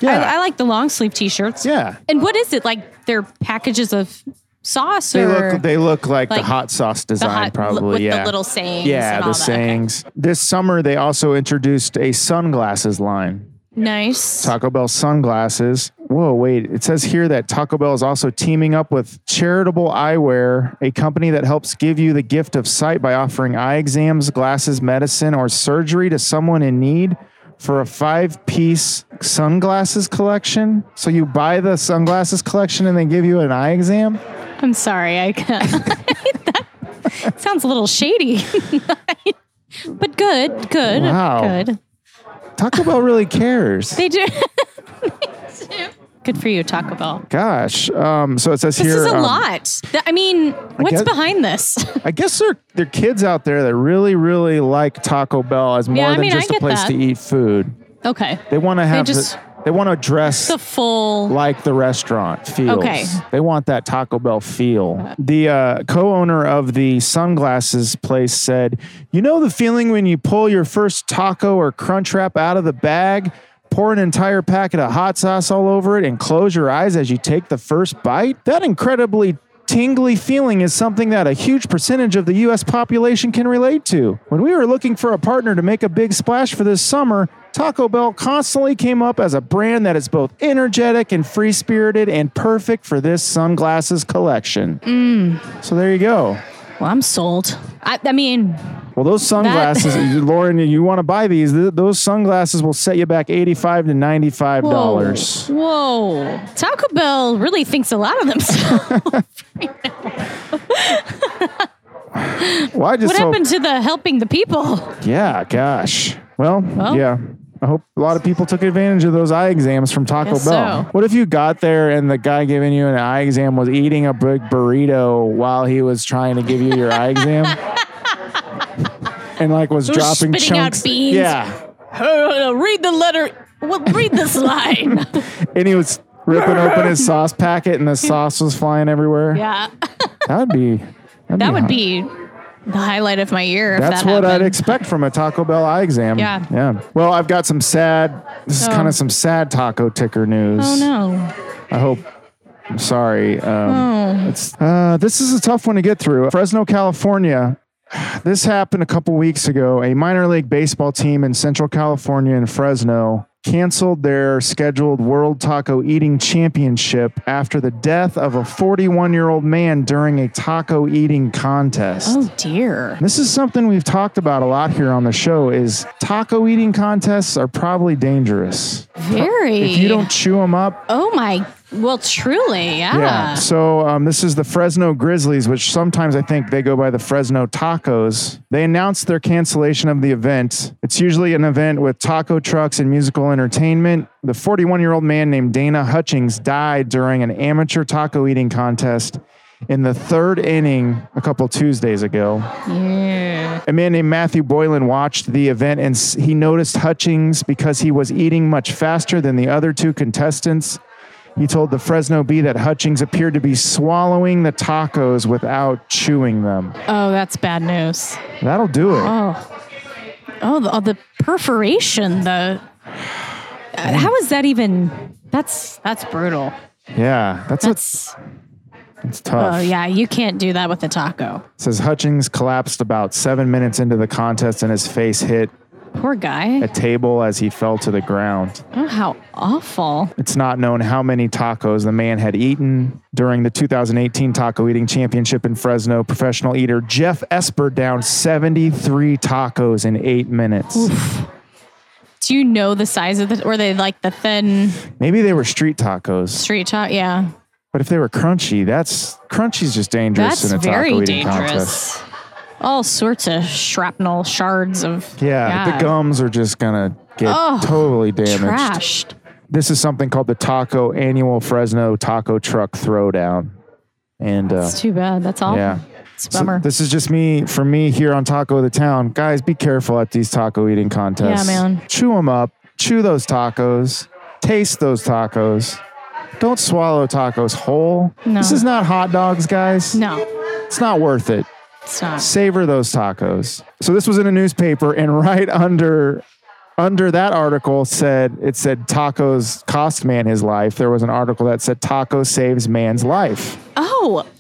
Yeah.
I, I like the long sleeve t-shirts.
yeah.
And what is it? Like they're packages of sauce
They
or
look they look like, the
like
hot sauce design
hot-
probably,
with the
yeah.
little sayings
Yeah,
and
the
all that, okay.
sayings. This summer they also introduced a sunglasses line.
nice.
Taco Bell sunglasses. Whoa, wait. It says here that Taco Bell is also teaming up with Charitable Eyewear, a company that helps give you the gift of sight by offering eye exams, glasses, medicine, or surgery to someone in need for a five piece sunglasses collection. So you buy the sunglasses collection and they give you an eye exam?
I'm sorry. I <laughs> that sounds a little shady. <laughs> but good, good,
Wow.
good. <laughs>
Taco Bell really cares.
They do. They do. Good for you, Taco Bell.
Gosh. Um, so it says
This
here.
is a
um,
lot. Th- I mean, what's
guess-
behind this? <laughs>
I guess there there are kids out there that really, really like Taco Bell as more
I
than
mean, I
just a
get
place
that.
to eat food.
okay.
They want to have.
just-
the, they want to dress
The full.
like the restaurant feels.
Okay.
They want that Taco Bell feel. The uh, co owner of the sunglasses place said, You know the feeling when you pull your first taco or crunch wrap out of the bag, pour an entire packet of hot sauce all over it, and close your eyes as you take the first bite? That incredibly Tingly feeling is something that a huge percentage of the US population can relate to. When we were looking for a partner to make a big splash for this summer, Taco Bell constantly came up as a brand that is both energetic and free spirited and perfect for this sunglasses collection.
Mm.
So there you go.
Well, I'm sold. I, I mean,
Well, those
<laughs>
sunglasses, Lauren, you want to buy these? Th- those sunglasses will set you back $85 to $95.
whoa, whoa. Taco Bell really thinks a lot
<laughs>
of themselves.
Well, I just
what
hope-
happened to the helping the people? <laughs>
Yeah, gosh. Well,
Well.
yeah. I hope a lot of people took advantage of those eye exams from Taco
Guess
Bell.
so.
What if you got there and the guy giving you an eye exam was eating a big burrito while he was trying to give you your eye
<laughs>
exam? And like was
was
dropping
spitting out
chunks.
beans.
Yeah.
Uh, read the letter. Well,
<laughs>
read this line. <laughs>
And he was ripping open his sauce packet and the sauce was flying everywhere.
yeah,
That would be that'd
that would
hot.
be the highlight of my year. If
That's
that
what I'd
happened.
expect from a Taco Bell eye exam.
Yeah.
Yeah. Well, I've got some sad this is
Oh.
kind of some sad taco ticker news.
Oh no.
I hope. I'm sorry. Um,
Oh.
it's, uh, this is a tough one to get through. Fresno, California. This happened a couple weeks ago. A minor league baseball team in Central California in Fresno canceled their scheduled World Taco Eating Championship after the death of a 41 year old man during a taco eating contest.
Oh dear.
This is something we've talked about a lot here on the show is taco eating contests are probably dangerous.
Very.
If you don't chew them up,
Oh my. Well, truly. Yeah.
Yeah. So um, this is the Fresno Grizzlies, which sometimes I think they go by the Fresno Tacos. They announced their cancellation of the event. It's usually an event with taco trucks and musical entertainment. The 41 year old man named Dana Hutchings died during an amateur taco eating contest in the third inning a couple Tuesdays ago.
Yeah.
A man named Matthew Boylan watched the event and s- he noticed Hutchings because he was eating much faster than the other two contestants. He told the Fresno Bee that Hutchings appeared to be swallowing the tacos without chewing them.
Oh, that's bad news.
That'll do it.
Oh. Oh, the, oh, the perforation. The. Uh, how is that even? That's that's brutal.
Yeah, that's a,
That's.
it's
Oh
tough.
yeah, you can't do that with a taco.
Says Hutchings collapsed about seven minutes into the contest and his face hit
Poor guy.
a table as he fell to the ground.
Oh, how awful.
It's not known how many tacos the man had eaten during the 2018 Taco Eating Championship in Fresno. Professional eater Jeff Esper downed 73 tacos in eight minutes.
Do you know the size of the? Were they like the thin
Maybe they were street tacos,
street top? Yeah,
but if they were crunchy, that's crunchy's just dangerous
that's
in a
very
taco eating contest.
dangerous. All sorts of shrapnel shards of
Yeah, the gums are just gonna get
Oh,
totally damaged.
trashed.
This is something called the Taco Annual Fresno Taco Truck Throwdown, and uh,
It's too bad. That's awful.
Yeah.
It's a
So
bummer.
this is just me for me here on Taco of the Town. Guys, be careful at these taco eating contests.
Yeah, man.
Chew them up. Chew those tacos. Taste those tacos. Don't swallow tacos whole.
No.
This is not hot dogs, guys.
no,
It's not worth it.
it's not.
Savor those tacos. So this was in a newspaper, and <laughs> right under under that article said it said tacos cost man his life. There was an article that said taco saves man's life.
Oh, <laughs>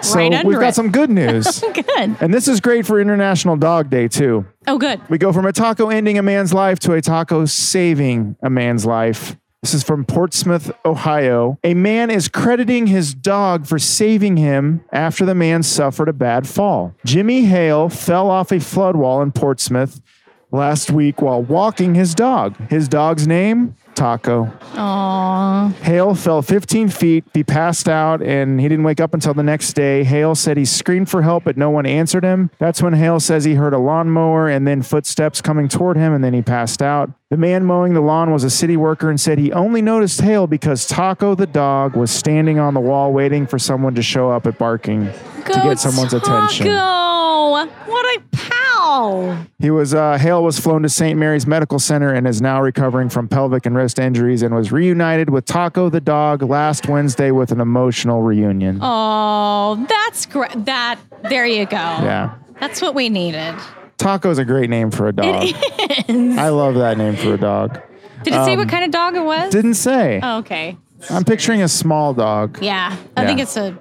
So
Right under
we've got
it.
some good news.
<laughs> good.
And this is great for International Dog Day, too.
Oh, good.
We go from a taco ending a man's life to a taco saving a man's life. This is from Portsmouth, Ohio. A man is crediting his dog for saving him after the man suffered a bad fall. Jimmy Hale fell off a flood wall in Portsmouth last week while walking his dog. His dog's name? taco.
Aww.
Hale fell 15 feet. He passed out and he didn't wake up until the next day. Hale said he screamed for help, but no one answered him. That's when Hale says he heard a lawnmower and then footsteps coming toward him, and then he passed out. The man mowing the lawn was a city worker and said he only noticed Hale because Taco the dog was standing on the wall waiting for someone to show up at barking to get someone's attention.
What a pal.
He was uh, Hale was flown to St. Mary's Medical Center and is now recovering from pelvic and wrist injuries and was reunited with Taco the dog last Wednesday with an emotional reunion.
Oh, that's great. That, there you go.
Yeah,
That's what we needed.
Taco's a great name for a dog. I love that name for a dog.
Did it
Um,
say what kind of dog it was?
Didn't say.
oh, okay.
I'm picturing a small dog.
Yeah. I
Yeah.
think it's a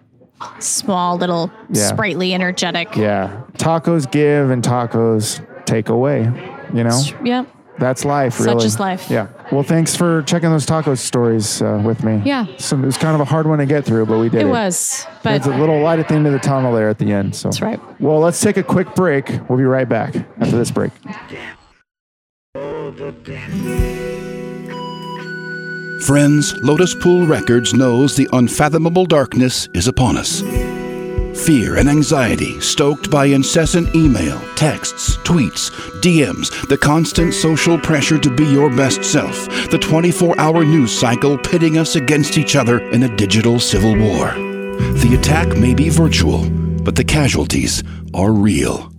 small, little,
Yeah.
sprightly, energetic.
Yeah, tacos give and tacos take away. You know,
Yep.
that's life. Really,
is life.
Yeah. Well, thanks for checking those taco stories uh, with me.
Yeah.
So it was kind of a hard one to get through, but we did it.
It was. But
There's a little light at the end of the tunnel there at the end. So
That's right.
Well, let's take a quick break. We'll be right back after this break.
Friends, Lotus Pool Records knows the unfathomable darkness is upon us. Fear and anxiety, stoked by incessant email, texts, tweets, DMs, the constant social pressure to be your best self, the 24 hour news cycle pitting us against each other in a digital civil war. The attack may be virtual, but the casualties are real.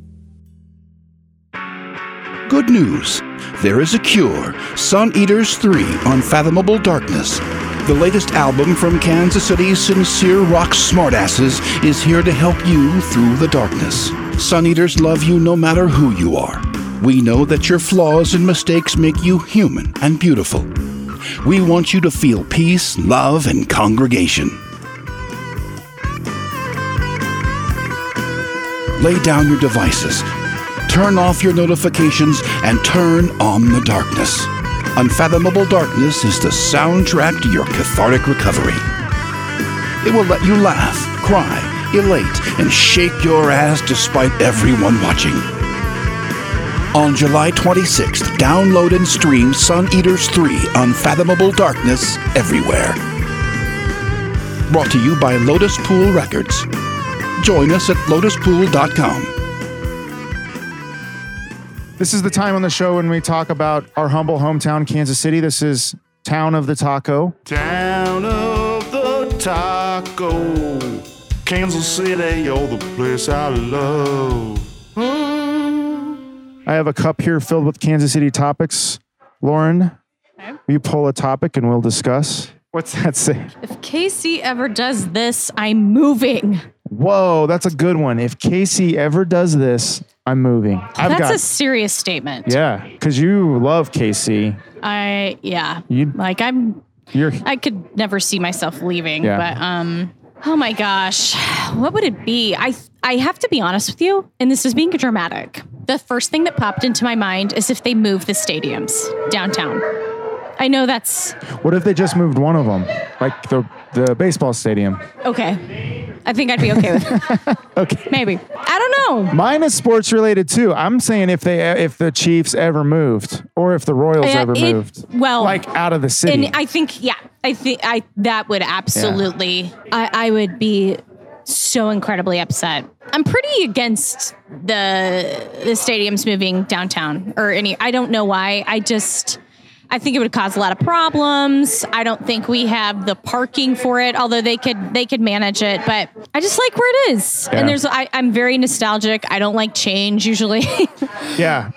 Good news. There is a cure. Sun Eaters 3 Unfathomable Darkness. The latest album from Kansas City's sincere rock smartasses is here to help you through the darkness. Sun Eaters love you no matter who you are. We know that your flaws and mistakes make you human and beautiful. We want you to feel peace, love, and congregation. Lay down your devices. Turn off your notifications and turn on the darkness. Unfathomable Darkness is the soundtrack to your cathartic recovery. It will let you laugh, cry, elate, and shake your ass despite everyone watching. On July 26th, download and stream Sun Eaters 3 Unfathomable Darkness everywhere. Brought to you by Lotus Pool Records. Join us at lotuspool.com.
This is the time on the show when we talk about our humble hometown, Kansas City. This is Town of the Taco.
Town of the taco. Kansas City, oh, the place I love.
I have a cup here filled with Kansas City topics. Lauren, will you pull a topic and we'll discuss? What's that say?
if Casey ever does this, I'm moving.
Whoa, that's a good one. If Casey ever does this, I'm moving. I've
That's
got
a serious statement.
yeah, because you love Casey.
I yeah.
You
Like I'm
you're
I could never see myself leaving,
Yeah.
but um oh my gosh. What would it be? I I have to be honest with you, and this is being dramatic. The first thing that popped into my mind is if they move the stadiums downtown. I know that's
What if they just moved one of them, like the the baseball stadium?
okay. I think I'd be okay with it.
<laughs> Okay.
Maybe. I don't know.
Mine is sports related too. I'm saying if they if the Chiefs ever moved, or if the Royals
Yeah,
ever
it-
moved,
well,
like out of the city.
And I think, yeah, I think I that would absolutely, I, I would be so incredibly upset. I'm pretty against the the stadiums moving downtown or any. I don't know why. I just. I think it would cause a lot of problems. I don't think we have the parking for it, although they could they could manage it. But I just like where it is,
Yeah.
and there's I, I'm very nostalgic. I don't like change usually. <laughs>
yeah.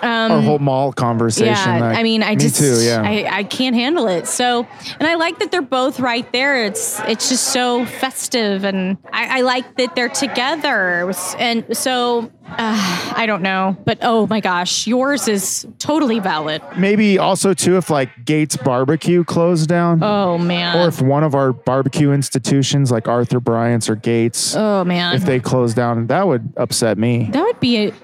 Our whole mall conversation.
Um, Yeah,
like-
I mean, I
me
just,
too. Yeah.
I, I can't handle it. So, and I like that they're both right there. It's, it's just so festive, and I, I like that they're together. And so, uh, I don't know, but oh my gosh, yours is totally valid.
Maybe also too if like Gates Barbecue closed down,
Oh man.
or if one of our barbecue institutions like Arthur Bryant's or Gates,
oh man.
if they closed down, that would upset me.
that would be a,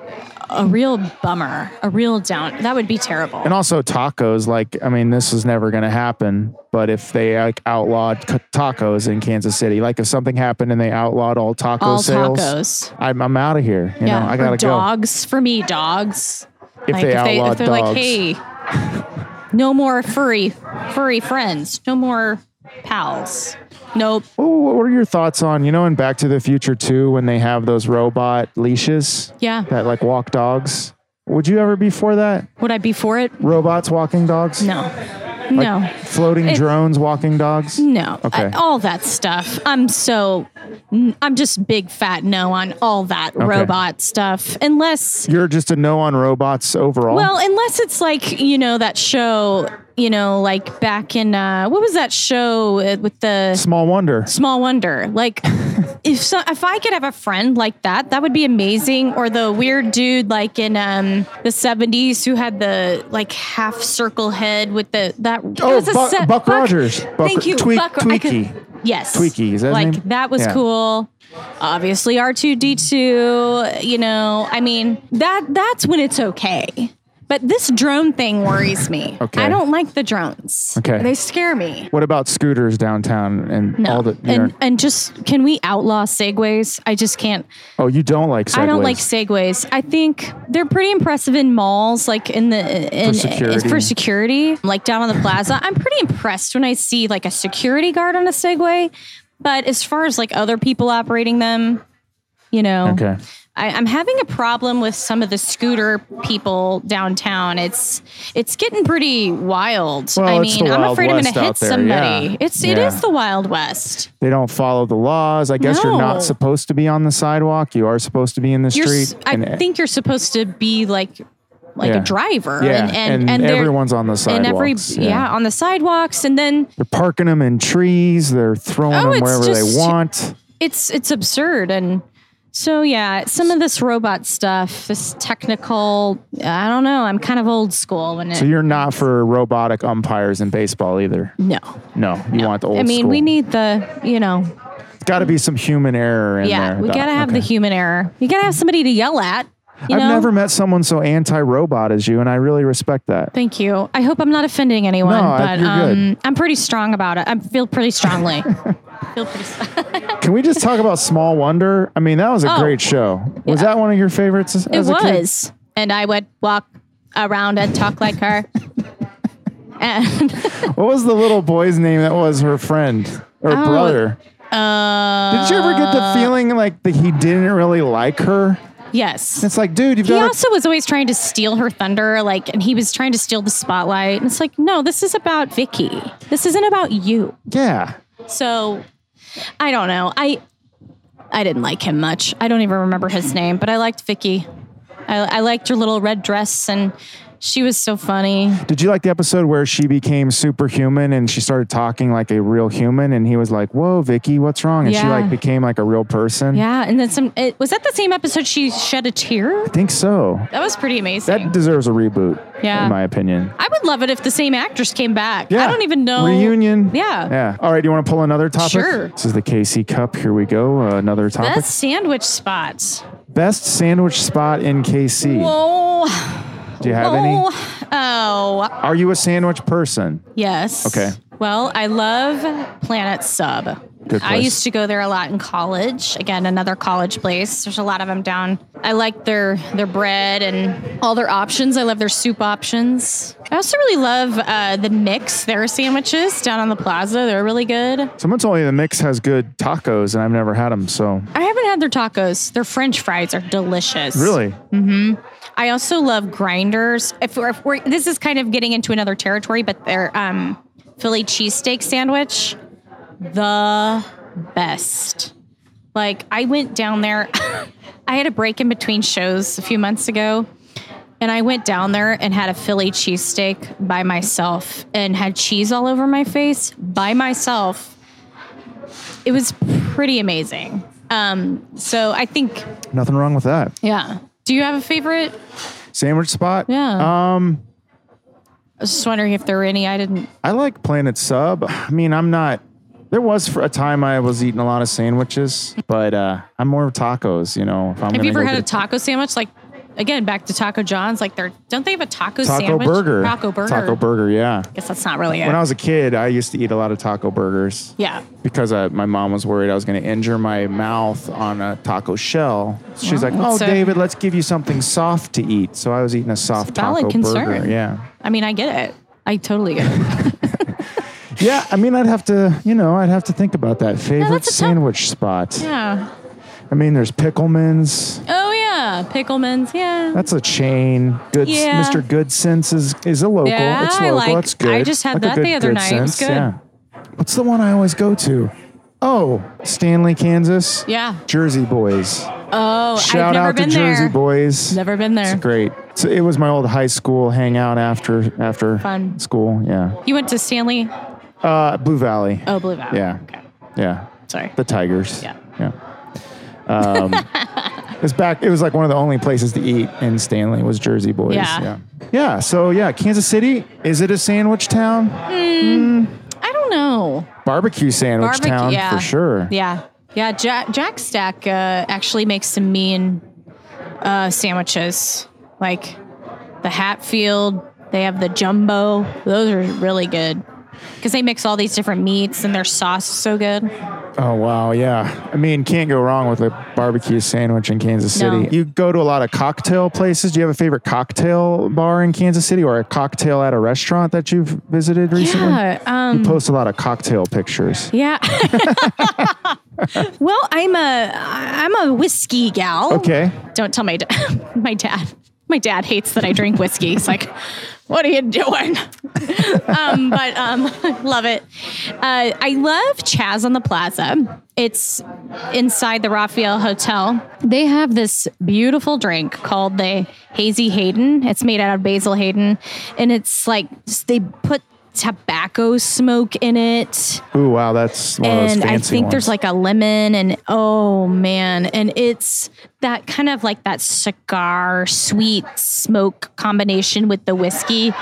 a real bummer, a real down. That would be terrible.
And also tacos, like I mean, this was never going to happen. But if they like outlawed c- tacos in Kansas City, like if something happened and they outlawed all taco
All
sales,
tacos.
I'm I'm out of here. You know, I
or
gotta go.
dogs for me, dogs.
If they outlawed
if they're
dogs.
like, hey, No more furry, furry friends. No more pals. Nope.
Wha- wha- What are your thoughts on, you know, in Back to the Future 2 when they have those robot leashes
Yeah.
that like walk dogs? Would you ever be for that?
Would I be for it?
Robots walking dogs?
No. No.
Floating
It-
drones walking dogs?
No.
Okay.
I- all that stuff. I'm so. n- I'm just big fat no on all that robot stuff. Unless
You're just a no on robots overall.
Well, unless it's like you know that show, you know, like back in uh, what was that show uh, with the
Small wonder.
Small Wonder?
<laughs>
Like, if so, if I could have a friend like that, that would be amazing. Or the weird dude like in um, the seventies who had the like half circle head with the that. it
Oh,
was a
Buck-
set-
Buck Rogers. Buck-
Thank you,
Tweak-
Buck. I could-
Tweaky.
yes,
Tweaky, is that his
like
name?
that was
Yeah.
cool. Obviously, R two D two. You know, I mean that that's when it's okay. But this drone thing worries me.
Okay.
I don't like the drones.
Okay.
they scare me.
What about scooters downtown and
No,
all the? you
and
know-
and just can we outlaw segways? I just can't.
oh, you don't like segways.
I don't like segways. I think they're pretty impressive in malls, like in the in,
security.
for security, like down on the plaza. I'm pretty impressed when I see like a security guard on a segway. But as far as like other people operating them, you know,
Okay.
I, I'm having a problem with some of the scooter people downtown. It's it's getting pretty wild.
Well,
I
it's the
mean, I'm
Wild
afraid I'm
West
going to
out
hit
there,
somebody.
yeah.
It's it
Yeah.
is the Wild West.
They don't follow the laws. I guess you're
No.
not supposed to be on the sidewalk. You are supposed to be in the
You're,
street.
s- I
and-
think you're supposed to be like like
Yeah.
a driver,
Yeah,
and and,
and
and they're-
everyone's on the
and every
sidewalks,
yeah.
yeah.
on the sidewalks, and then
they're parking them in trees. They're throwing
Oh,
them
it's
wherever they
just-
want.
it's it's absurd and. So yeah, some of this robot stuff, this technical, I don't know. I'm kind of old school when it.
So you're not for robotic umpires in baseball either.
no,
No, you want the old.
I mean, we need the, you know,
Got to be some human error in
yeah,
there.
we
though.
got to have
Okay.
the human error. You got to have somebody to yell at. You
I've
know?
never met someone so anti-robot as you, and I really respect that.
Thank you. I hope I'm not offending anyone,
No, I-
but
you're
um, I'm pretty strong about it. I feel
<laughs>
pretty strongly. feel pretty. St-
Can we just talk about Small Wonder? I mean, that was a
Oh.
great show. Was
Yeah.
that one of your favorites? As
it
as a kid?
was, and I would walk around and talk like
<laughs>
her. and
What was the little boy's name that was her friend or
Oh,
brother?
uh,
Did you ever get the feeling like that he didn't really like her?
yes.
It's like, dude, you've
He
got
also was always trying to steal her thunder, like, and he was trying to steal the spotlight. And it's like, no, this is about Vicky. This isn't about you.
yeah.
So I don't know. I I didn't like him much. I don't even remember his name, but I liked Vicky. I, I liked her little red dress and she was so funny.
Did you like the episode where she became superhuman and she started talking like a real human and he was like, "Whoa, Vicky, what's wrong?" And she
Yeah.
like became like a real person.
Yeah, and then some it, was that the same episode she shed a tear?
I think so.
That was pretty amazing.
That deserves a reboot.
Yeah.
In my opinion.
I would love it if the same actress came back.
Yeah.
I don't even know
Reunion.
Yeah.
Yeah. All right. Do you want to pull another topic?
Sure.
This is the KC Cup. Here we go. Uh, another topic.
Best sandwich spots.
Best sandwich spot in KC.
Whoa.
Do you have any?
Whoa. Oh,
Are you a sandwich person?
yes.
Okay.
Well, I love Planet Sub.
Good
I
place.
used to go there a lot in college. Again, another college place. There's a lot of them down. I like their their bread and all their options. I love their soup options. I also really love uh, the mix. Their sandwiches down on the plaza. They're really good.
Someone told me the mix has good tacos, and I've never had them. So
I haven't had their tacos. Their French fries are delicious.
really,
I also love grinders. If we're, if we're this is kind of getting into another territory, but their um, Philly cheesesteak sandwich, the best. Like I went down there. <laughs> I had a break in between shows a few months ago, and I went down there and had a Philly cheesesteak by myself and had cheese all over my face by myself it was pretty amazing. Um, so I think,
nothing wrong with that.
yeah. Do you have a favorite?
Sandwich spot.
Yeah.
Um,
I was just wondering if there were any I didn't.
I like Planet Sub. I mean, I'm not. There was for a time I was eating a lot of sandwiches, but uh, I'm more of tacos. You know, if I'm
Have
gonna
you ever
go
had a
get
taco sandwich? Like, again, back to Taco John's. Like, they're don't they have a taco,
taco
sandwich?
burger,
Taco burger.
taco burger. Yeah.
I guess that's not really it.
When I was a kid, I used to eat a lot of taco burgers.
yeah.
because uh, my mom was worried I was going to injure my mouth on a taco shell. She's like,
Wow.
"Oh,
So-
David, let's give you something soft to eat." So I was eating a soft
valid
taco
concern.
burger. Yeah,
I mean, I get it. I totally get
<laughs>
it.
Yeah, I mean, I'd have to, you know, I'd have to think about that favorite
that's a tough-
sandwich spot.
Yeah.
I mean, there's Pickleman's.
Oh yeah, Pickleman's. Yeah.
That's a chain. Good,
Yeah.
Mr. Good Sense is, is a local.
Yeah,
it's
I
local.
like-
it's good.
I just had
Like a
that the
good
other
Good
night. It was
Sense,
good.
Yeah. What's the one I always go to? Oh, Stanley, Kansas.
Yeah.
Jersey Boys.
Oh, I've
Shout
never
out to
been
Jersey
there.
Boys.
Never been there.
It's great. So it was my old high school hangout after after
Fun.
school. Yeah.
You went to Stanley?
Uh, Blue Valley.
Oh, Blue Valley.
Yeah.
Okay.
Yeah.
Sorry.
The Tigers.
Yeah.
Yeah.
<laughs>
Um, it was back. It was like one of the only places to eat in Stanley was Jersey Boys.
Yeah.
Yeah. Yeah, So yeah, Kansas City is it a sandwich town?
I don't know.
Barbecue sandwich
Barbecue,
town
yeah.
for sure.
Yeah. Yeah. Jack, Jack Stack uh, actually makes some mean uh, sandwiches, like the Hatfield. They have the jumbo. Those are really good because they mix all these different meats and their sauce is so good.
Oh wow. Yeah. I mean, can't go wrong with a barbecue sandwich in Kansas City.
No.
You go to a lot of cocktail places. Do you have a favorite cocktail bar in Kansas City or a cocktail at a restaurant that you've visited recently?
Yeah. Um,
You post a lot of cocktail pictures.
yeah. <laughs> well, I'm a I'm a whiskey gal.
Okay.
Don't tell my da- <laughs> my dad. My dad hates that I drink whiskey. He's like, "What are you doing?" <laughs> um, but um, <laughs> love it. Uh, I love Chaz on the Plaza. It's inside the Raphael Hotel. They have this beautiful drink called the Hazy Hayden. It's made out of basil Hayden, and it's like they put tobacco smoke in it
Ooh, wow, that's one of those
and
fancy
I think there's
ones.
like a lemon and oh man, and it's that kind of like that cigar sweet smoke combination with the whiskey.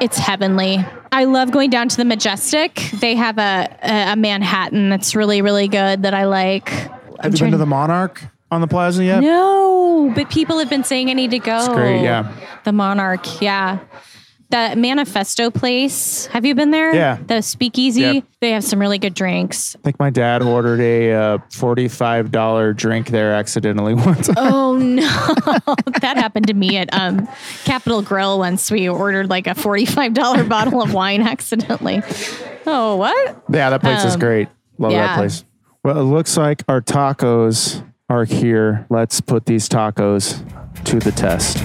It's heavenly. I love going down to the Majestic. They have a a, a Manhattan that's really really good that I like.
Have you been to the Monarch on the Plaza yet?
No, but people have been saying I need to go. It's
great, yeah.
The Monarch, yeah. The Manifesto place. Have you been there?
Yeah.
The Speakeasy.
Yep.
They have some really good drinks.
I think my dad ordered a uh, forty-five dollar drink there accidentally <laughs> once.
Oh no, <laughs> that happened to me at um, Capital Grill once. We ordered like a forty-five dollar <laughs> bottle of wine accidentally. Oh what?
yeah, that place is
Um,
great. Love that
yeah.
place. Well, it looks like our tacos are here. Let's put these tacos to the test.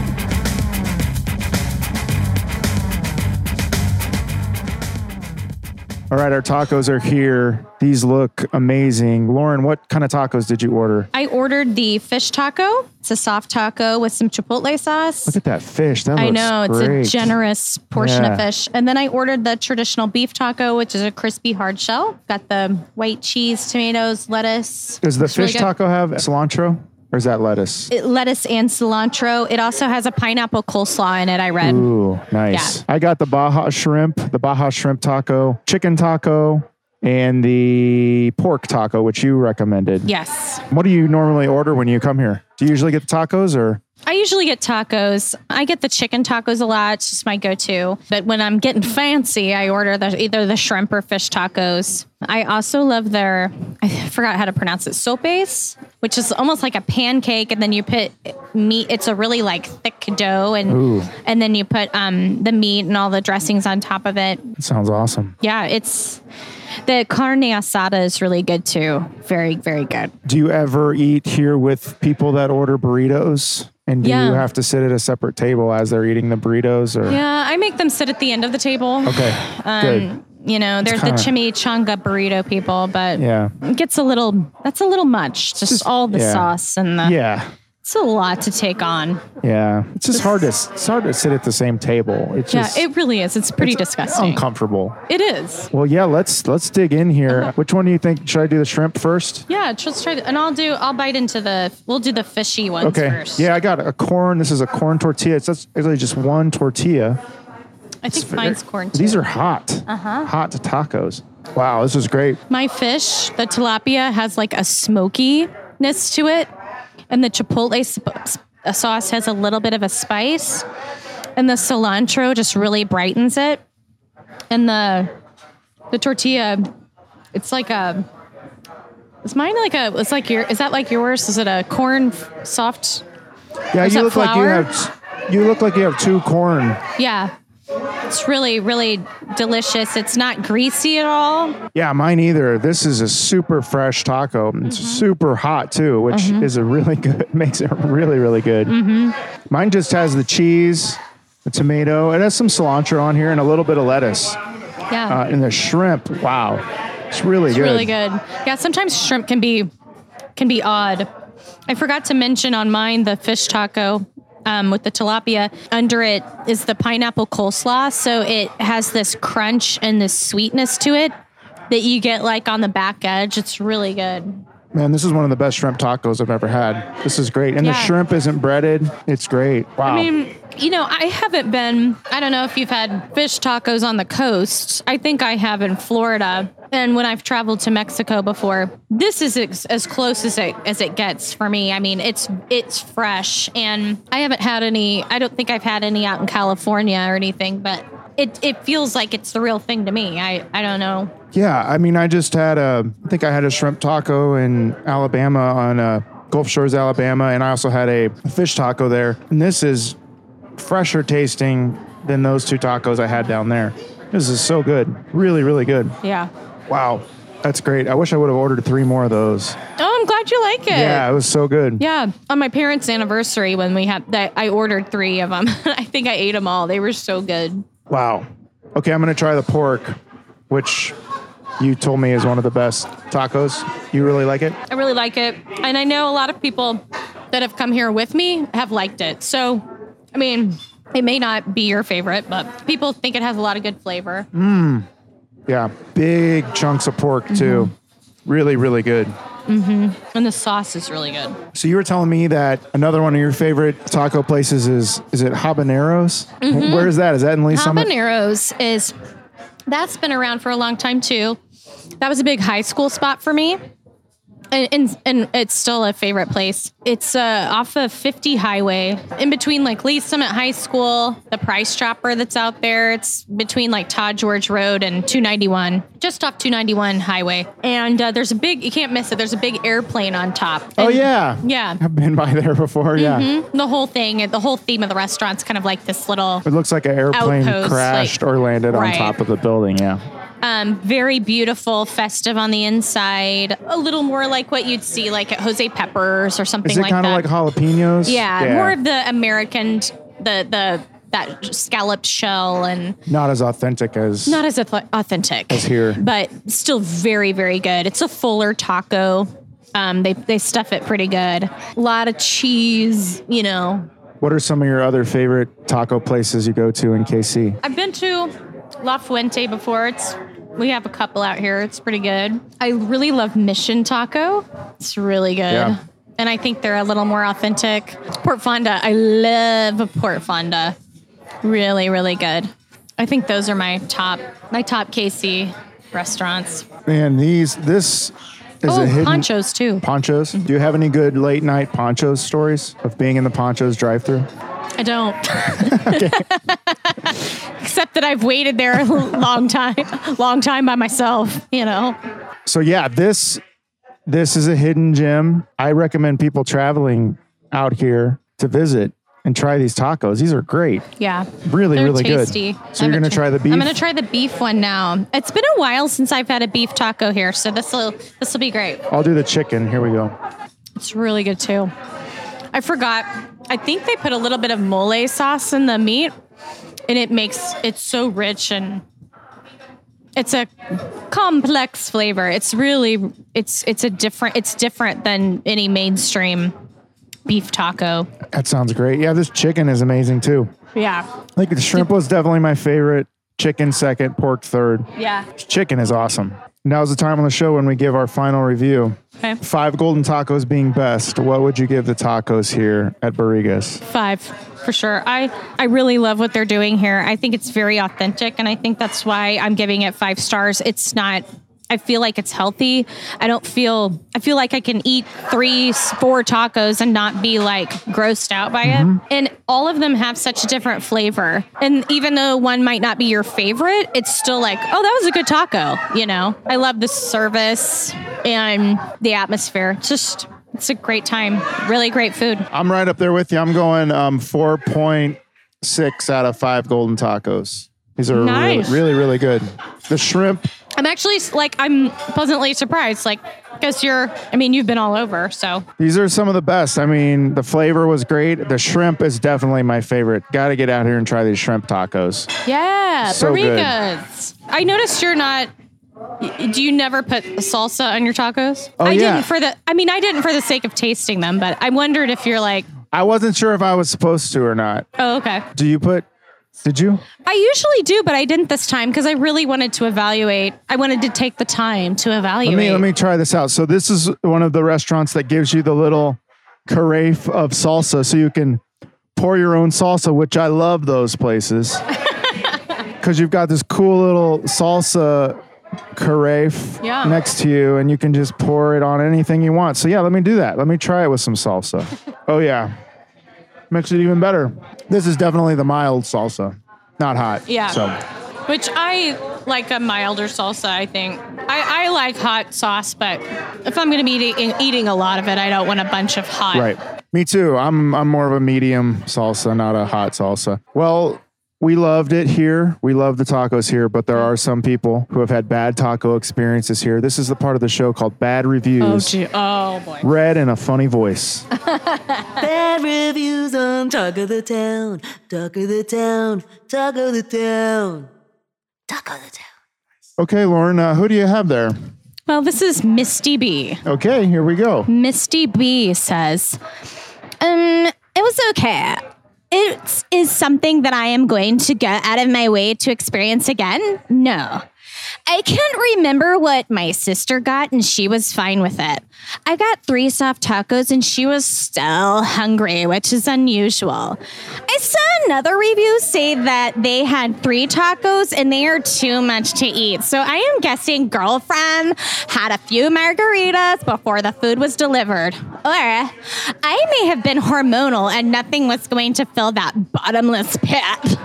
All right, our tacos are here. These look amazing. Lauren, what kind of tacos did you order?
I ordered the fish taco. It's a soft taco with some chipotle sauce.
Look at that fish. That
I
looks
know it's a
great.
generous portion of
Yeah.
fish. And then I ordered the traditional beef taco, which is a crispy hard shell. Got the white cheese, tomatoes, lettuce.
Does the
It's really
fish
good.
taco have cilantro or is that lettuce?
It- lettuce and cilantro? It also has a pineapple coleslaw in it. I read.
Ooh, nice.
Yeah.
I got the Baja shrimp, the Baja shrimp taco, chicken taco, and the pork taco, which you recommended.
Yes.
What do you normally order when you come here? Do you usually get the tacos or?
I usually get tacos. I get the chicken tacos a lot. It's just my go-to. But when I'm getting <laughs> fancy, I order the, either the shrimp or fish tacos. I also love their I forgot how to pronounce it, sopes, which is almost like a pancake and then you put meat it's a really like thick dough and
Ooh.
and then you put um the meat and all the dressings on top of it.
That sounds awesome.
Yeah, it's the carne asada is really good too. Very very good.
Do you ever eat here with people that order burritos? And do you
Yeah.
have to sit at a separate table as they're eating the burritos or?
Yeah, I make them sit at the end of the table.
Okay. Good.
Um, you know, they're the chimichanga burrito people, but
Yeah.
it gets a little, that's a little much. Just,
just-
all the
yeah.
sauce and the,
Yeah.
it's a lot to take on.
Yeah. It's just hard to, it's hard to sit at the same table. It's just
yeah, it really is. It's pretty disgusting.
uncomfortable.
it is.
Well, yeah, let's let's dig in here.
<laughs>
Which one do you think? Should I do the shrimp first?
Yeah, just try to, and I'll do, I'll bite into the, we'll do the fishy ones
Okay.
first.
Yeah, I got a corn. This is a corn tortilla. It's just- actually just one tortilla.
I think mine's corn too.
These are hot. Uh-huh. Hot tacos. Wow, this is great.
My fish, the tilapia, has like a smokiness to it, and the chipotle sp- sp- uh, sauce has a little bit of a spice, and the cilantro just really brightens it, and the the tortilla, it's like a. Is mine like a? It's like your. Is that like yours? Is it a corn f- soft?
Yeah,
Is
you
that
look like you
flour?
have you look like you have two corn.
Yeah. It's really, really delicious. It's not greasy at all.
Yeah, mine either. This is a super fresh taco.
Mm-hmm.
It's super hot too, which is a really <laughs> good makes it really really good.
Mm-hmm.
Mine just has the cheese, the tomato, it has some cilantro on here and a little bit of lettuce
Yeah.
uh, and the shrimp. Wow, it's really
It's
good.
really good. Yeah, sometimes shrimp can be can be odd. I forgot to mention on mine the fish taco um, with the tilapia. Under it is the pineapple coleslaw, so it has this crunch and this sweetness to it that you get like on the back edge. It's really good.
Man, this is one of the best shrimp tacos I've ever had. This is great, and the
Yeah.
shrimp isn't breaded. It's great. Wow.
I mean, you know, I haven't been. I don't know if you've had fish tacos on the coast. I think I have in Florida, and when I've traveled to Mexico before. This is ex- as close as it as it gets for me. I mean, it's it's fresh, and I haven't had any. I don't think I've had any out in California or anything, but. It, it feels like it's the real thing to me. I, I don't know.
Yeah, I mean, I just had a, I think I had a shrimp taco in Alabama on uh, Gulf Shores, Alabama, and I also had a fish taco there. And this is fresher tasting than those two tacos I had down there. This is so good, really, really good.
Yeah.
Wow, that's great. I wish I would have ordered three more of those.
Oh, I'm glad you like it.
Yeah, it was so good.
Yeah, on my parents' anniversary when we had that, I ordered three of them. <laughs> I think I ate them all. They were so good.
Wow. Okay, I'm gonna try the pork, which you told me is one of the best tacos. You really like it?
I really like it, and I know a lot of people that have come here with me have liked it. So, I mean, it may not be your favorite, but people think it has a lot of good flavor.
Yeah, big chunks of pork too.
Mm-hmm.
Really, really good.
And the sauce is really good.
So you were telling me that another one of your favorite taco places is is it habaneros? Where is that? Is that in Lee Summit?
Mm-hmm. Habaneros is that's been around for a long time too. That was a big high school spot for me. And, and, and it's still a favorite place. It's uh, off of 50 Highway, in between like Lee Summit High School, the Price Chopper that's out there. It's between like Todd George Road and 291, just off 291 Highway. And uh, there's a big, you can't miss it. There's a big airplane on top.
Oh
And-
yeah.
yeah. Mm-hmm.
I've been by there before. Yeah.
The whole thing, the whole theme of the restaurant's kind of like this little
It looks like an airplane
Outpost,
crashed
like-
or landed
Right.
on top of the building. Yeah.
Um, very beautiful, festive on the inside. A little more like what you'd see like at Jose Peppers or something
Is it
like
kind
that.
of like jalapenos?
yeah, more of the American, the the that scalloped shell and
Not as authentic as.
not as auth- authentic as
here.
but still very very good. It's a fuller taco. Um, they they stuff it pretty good. A lot of cheese, you know.
what are some of your other favorite taco places you go to in KC?
I've been to La Fuente before. It's we have a couple out here. It's pretty good. I really love Mission Taco. It's really good.
Yeah.
And I think they're a little more authentic. Port Fonda. I love a Port Fonda. Really, really good. I think those are my top my top KC restaurants.
Man, these this is
oh,
a hidden.
ponchos too.
Ponchos. Do you have any good late night ponchos stories of being in the ponchos drive through? <laughs>
I don't. <laughs> Except that I've waited there a long time, long time by myself, you know.
so yeah this this is a hidden gem i recommend people traveling out here to visit and try these tacos these are great
Yeah.
Really,
They're
really good.
tasty.
So you're
I'm
gonna try the beef?
I'm gonna try the beef one now. It's been a while since I've had a beef taco here, so this will this will be great.
i'll do the chicken here we go
It's really good too. I forgot. I think they put a little bit of mole sauce in the meat, and it makes it so rich and it's a complex flavor. It's really it's it's a different it's different than any mainstream beef taco.
that sounds great yeah this chicken is amazing too
Yeah.
like the shrimp was definitely my favorite chicken second pork third
Yeah.
chicken is awesome now's the time on the show when we give our final review
Okay.
five golden tacos being best what would you give the tacos here at barrigas
five for sure i i really love what they're doing here i think it's very authentic and i think that's why i'm giving it five stars it's not i feel like it's healthy i don't feel i feel like i can eat three s- four tacos and not be like grossed out by it and all of them have such a different flavor and even though one might not be your favorite it's still like oh that was a good taco you know i love the service and the atmosphere it's just it's a great time really great food
I'm right up there with you. I'm going um, 4.6 out of 5 golden tacos. These are
Nice.
really, really, really good. The shrimp,
I'm actually like I'm pleasantly surprised. Like, because you're, I mean, you've been all over, so
these are some of the best. I mean, the flavor was great. The shrimp is definitely my favorite. Got to get out here and try these shrimp tacos.
yeah,
So good.
burritos. I noticed you're not. y- Do you never put salsa on your tacos?
Oh,
I
yeah.
didn't for the. I mean, I didn't for the sake of tasting them, but I wondered if you're like,
I wasn't sure if I was supposed to or not.
oh, okay.
Do you put? Did you?
I usually do, but I didn't this time because I really wanted to evaluate. I wanted to take the time to evaluate.
Let me let me try this out. So this is one of the restaurants that gives you the little carafe of salsa, so you can pour your own salsa, which I love those
<laughs>
places because you've got this cool little salsa carafe
Yeah.
next to you, and you can just pour it on anything you want. So yeah, let me do that. Let me try it with some
<laughs>
salsa. oh yeah, makes it even better. This is definitely the mild salsa, not hot.
Yeah.
So.
Which I like a milder salsa, I think. I, I like hot sauce, but if I'm going to be eating, eating a lot of it, I don't want a bunch of hot.
Right. Me too. I'm I'm more of a medium salsa, not a hot salsa. Well, we loved it here. We love the tacos here, but there are some people who have had bad taco experiences here. This is the part of the show called Bad
Oh,
Reviews.
gee. oh boy.
Read in a funny
<laughs>
voice.
Bad reviews on Talk of the Town, Talk of the Town, Talk of the Town, Talk of the Town.
Okay, Lauren, uh, who do you have there?
Well, this is Misty B.
Okay, here we go.
Misty B says, um, it was okay. It is something that I am going to go out of my way to experience again? No. I can't remember what my sister got, and she was fine with it. I got three soft tacos, and she was still hungry, which is unusual. I saw another review say that they had three tacos, and they are too much to eat. So I am guessing girlfriend had a few margaritas before the food was delivered. Or I may have been hormonal, and nothing was going to fill that bottomless pit.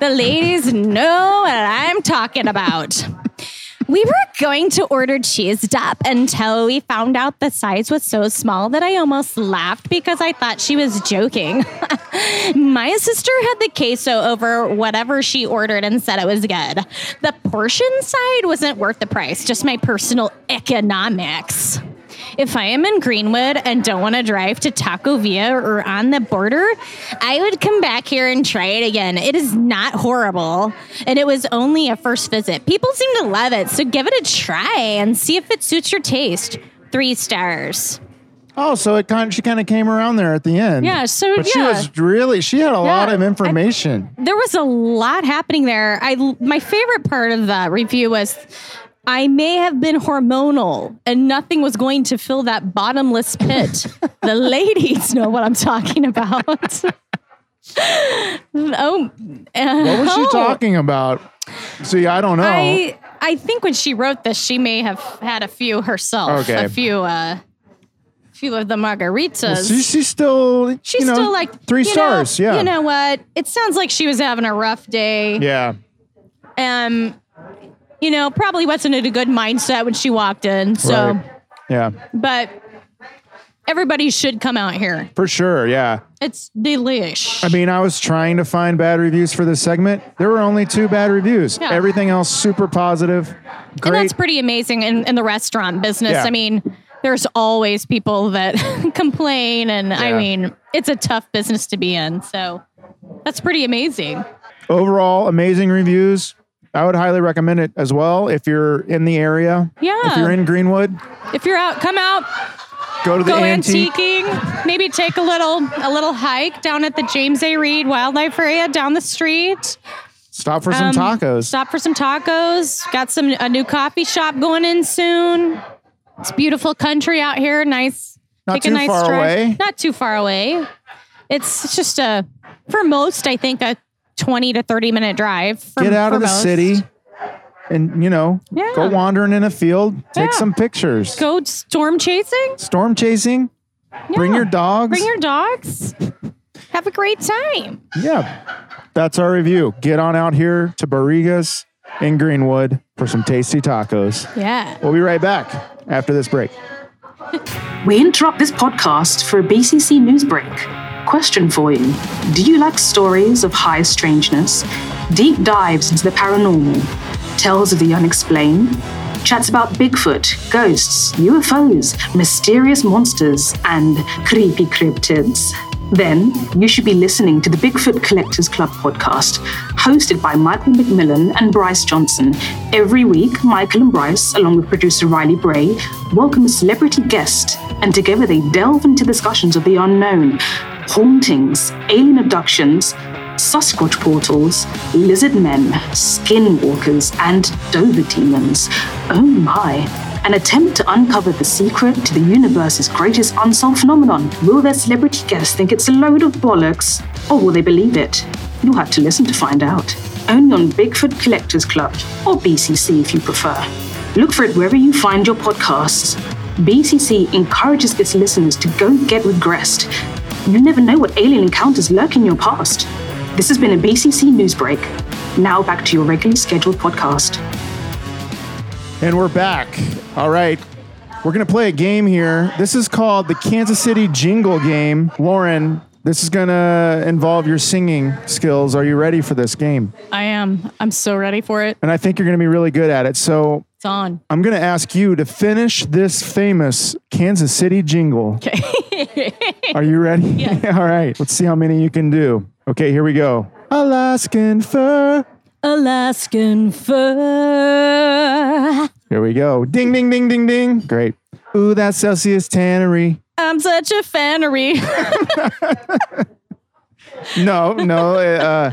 The ladies know what I'm talking about. We were going to order cheese dip until we found out the size was so small that I almost laughed because I thought she was joking. <laughs> My sister had the queso over whatever she ordered and said it was good. The portion side wasn't worth the price, just my personal economics. If I am in Greenwood and don't want to drive to Taco Villa or on the border, I would come back here and try it again. It is not horrible, and it was only a first visit. People seem to love it, so give it a try and see if it suits your taste. Three stars.
Oh, so it kind she kind of came around there at the end.
Yeah, so,
but
yeah.
she was really she had a lot
Yeah,
of
I-
information.
There was a lot happening there. I my favorite part of the review was I may have been hormonal and nothing was going to fill that bottomless pit. the ladies know what I'm talking about. <laughs> oh,
what was she talking about? See, I don't know.
I I think when she wrote this, she may have had a few herself.
Okay.
A few uh few of the margaritas.
she, she's still
She's
you know,
still like
three
you know-
stars. yeah.
You know what? It sounds like she was having a rough day.
yeah.
um, you know, probably wasn't in a good mindset when she walked in. So,
Right. Yeah.
but everybody should come out here.
For sure. Yeah.
It's delish.
I mean, I was trying to find bad reviews for this segment. There were only two bad reviews.
Yeah.
Everything else super positive. Great.
and that's pretty amazing in, in the restaurant business.
Yeah.
I mean, there's always people that <laughs> complain, and I
Yeah.
mean, it's a tough business to be in. So, that's pretty amazing.
Overall, amazing reviews. I would highly recommend it as well if you're in the area.
Yeah.
If you're in Greenwood,
If you're out, come out,
go to the
go
antique.
antiquing. Maybe take a little a little hike down at the James A. Reed Wildlife Area down the street.
Stop for some
Um,
tacos.
Stop for some tacos. Got some a new coffee shop going in soon. It's beautiful country out here. Nice.
Not
take
too
a nice
far
drive.
away.
Not too far away. It's it's just a for most I think a twenty to thirty minute drive. for-
Get out
for
of the
most.
city and, you know,
Yeah.
go wandering in a field. Take
Yeah.
some pictures.
Go storm chasing.
Storm chasing. Bring
Yeah.
your dogs.
Bring your dogs. Have a great time.
Yeah. That's our review. Get on out here to Barrigas in Greenwood for some tasty tacos.
Yeah.
We'll be right back after this break.
We interrupt this podcast for a BCC news break. Question for you Do you like stories of high strangeness? deep dives into the paranormal, tells of the unexplained, chats about Bigfoot, ghosts, UFOs, mysterious monsters, and creepy cryptids. Then you should be listening to the Bigfoot Collectors Club podcast, hosted by Michael McMillan and Bryce Johnson. Every week, Michael and Bryce, along with producer Riley Bray, welcome a celebrity guest, and together they delve into discussions of the unknown, hauntings, alien abductions, Sasquatch portals, lizard men, skinwalkers, and Dover demons. Oh my! An attempt to uncover the secret to the universe's greatest unsolved phenomenon. Will their celebrity guests think it's a load of bollocks, or will they believe it? You'll have to listen to find out. Only on Bigfoot Collectors Club, or BCC if you prefer. Look for it wherever you find your podcasts. BCC encourages its listeners to go get regressed. You never know what alien encounters lurk in your past. This has been a BCC news break. Now back to your regularly scheduled podcast.
And we're back. All right. We're going to play a game here. This is called the Kansas City Jingle Game. Lauren, this is going to involve your singing skills. Are you ready for this game?
I am. I'm so ready for it.
And I think you're going to be really good at it. So
It's on.
I'm going to ask you to finish this famous Kansas City jingle. Okay.
<laughs>
Are you ready? Yeah. <laughs> All right. Let's see how many you can do. Okay, here we go. Alaskan fur.
Alaskan fur.
Here we go. Ding, ding, ding, ding, ding. Great. Ooh, that Celsius tannery.
I'm such a <laughs> fanery.
No, no. <laughs> uh,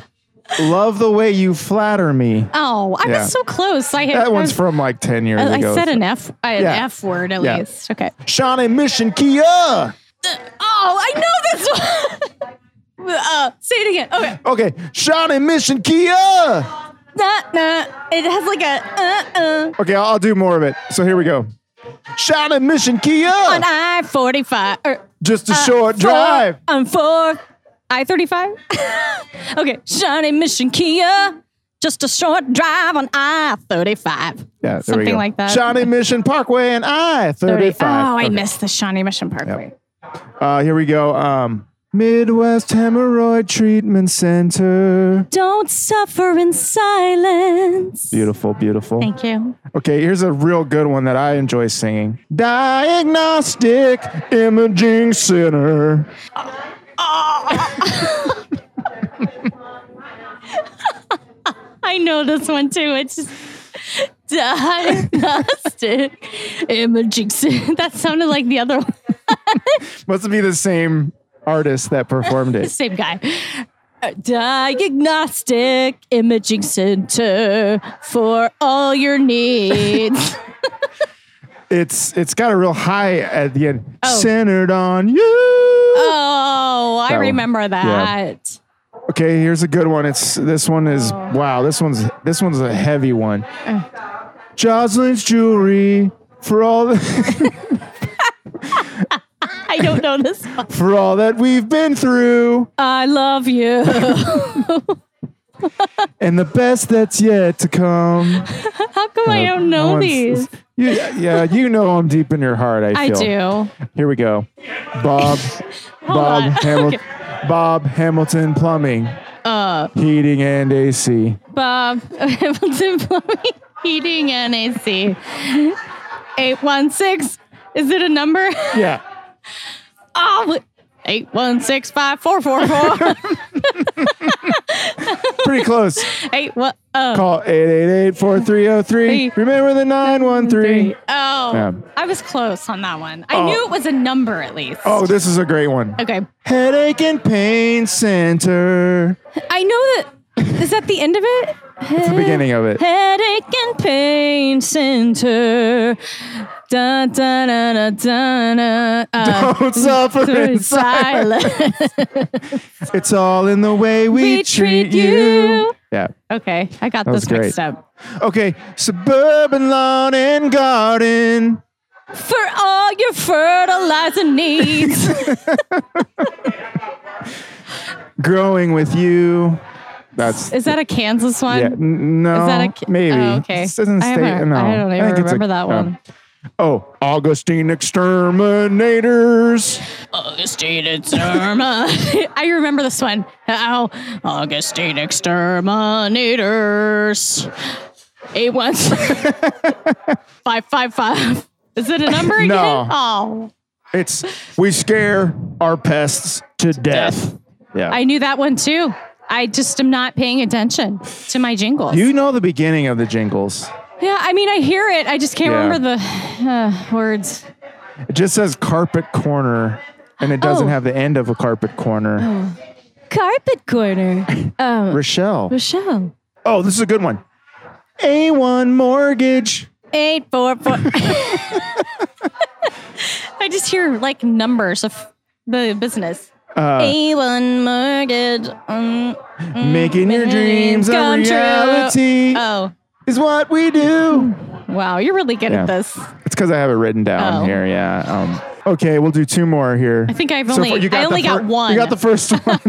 love the way you flatter me.
oh, I
Yeah.
was so close. I had,
That
I
one's
was-
from like 10 years
I, I
ago.
said an F, I- an
Yeah.
F word at
Yeah.
least. Okay.
Sean and Mission Kia.
Oh, I know this one. <laughs> uh, say it again. Okay.
Okay. Sean and Mission Kia.
Nah, nah. It has like a uh, uh,
Okay, I'll, I'll do more of it. So here we go. Sean and Mission Kia.
on I forty five or uh,
Just a short
four-
drive.
on four I thirty five. <laughs> Okay, Shawnee Mission Kia. Just a short drive on I thirty five.
Yeah, there we
something
go.
like that.
Shawnee Mission Parkway and I 35.
Oh, I
Okay.
missed the Shawnee Mission Parkway.
Uh, here we go. Um, Midwest Hemorrhoid Treatment Center.
Don't suffer in silence.
Beautiful, beautiful.
Thank you.
Okay, here's a real good one that I enjoy singing. Diagnostic Imaging Center.
I know this one too. It's just diagnostic imaging. <laughs> cen- that sounded like the other one.
Must be the same artist that performed
<laughs>
it.
Same guy. Uh, Diagnostic imaging center for all your
<laughs>
needs.
It's it's got a real high at the end.
Oh.
Centered on you.
oh, I
That one.
remember that.
Okay, here's a good one. It's this one is wow. This one's this one's a heavy one.
Mm.
Jocelyn's jewelry for all the, <laughs>
I don't know this one.
for all that we've been through
I love <laughs> you.
and the best that's yet to come.
How come I don't
No
<laughs> know
one's-
these?
You, yeah, you know them deep in your heart. I
I
feel.
do.
Here we go.
<laughs>
Bob, Bob,
on.
Hamil- Bob Hamilton Plumbing,
Uh.
heating and AC.
Bob <laughs> Hamilton Plumbing Heating and AC. 816. Is it a number? <laughs>
Yeah.
Oh, 816 5444.
Pretty close.
<laughs> Eight what? Oh,
Call 888-4303. Remember the 913.
oh.
Yeah.
I was close on that one. I knew it was a number at least.
Oh, this is a great one.
Okay.
Headache and Pain Center.
I know that. Is that the end of it?
It's the beginning of it.
Headache and pain center. Da da da da da da. Uh,
<laughs> Don't
<laughs>
suffer
through
inside.
silence.
It's all in the way we,
We treat you.
Yeah.
Okay, I got
was
this mixed
great.
up.
Okay. Suburban Lawn and Garden.
For all your fertilizer
<laughs>
needs.
Growing with you. That's
Is that a Kansas one?
Yeah, n- no,
that a ki-
maybe.
Oh, okay.
It doesn't
I
state.
haven't-
no,
I don't even
think it's a- um,
remember that
no.
one.
Oh, Augustine exterminators.
oh.
Augustine Exterma. <laughs> I remember this one. Ow. Augustine Exterminators. Eight ones. five, five, five. Is it
<laughs>
a number again?
No.
Oh,
It's we scare our pests to death.
Yeah.
I knew that one too. I just am not paying attention to my jingles.
you know the beginning of the jingles.
yeah, I mean, I hear it. I just can't
Yeah.
remember the uh, words.
It just says carpet corner and it doesn't
Oh.
have the end of a carpet corner.
Carpet corner. Oh.
Rochelle.
Michelle.
Oh, this is a good one. A1 mortgage.
Eight, four,
<laughs>
four. I just hear like numbers of the business.
Uh.
A1 mortgage. Um,
Making your dreams a
come true.
reality
oh,
is what we do.
wow. You're really good at
Yeah.
this.
It's because I have it written down
Oh.
here. Yeah. Um, okay, we'll do two more here.
I think I've
So
only,
far, you
I
the
only got
fir-
one.
You got the first
<laughs>
one.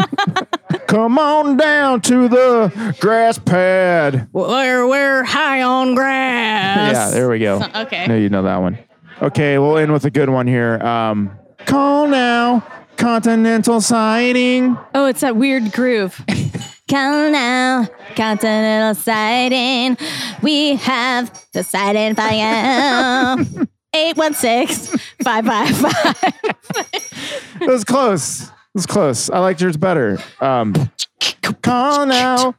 Come on down to the grass pad.
we're, we're high on grass.
Yeah, there we go.
okay.
No, you know that one. Okay, we'll end with a good one here. Um, call now, continental siding.
Oh, it's that weird groove. <laughs> Come now, continental siding. We have the siding for <laughs> you. 816 555.
It was close. It was close. I liked yours better. Um, call now,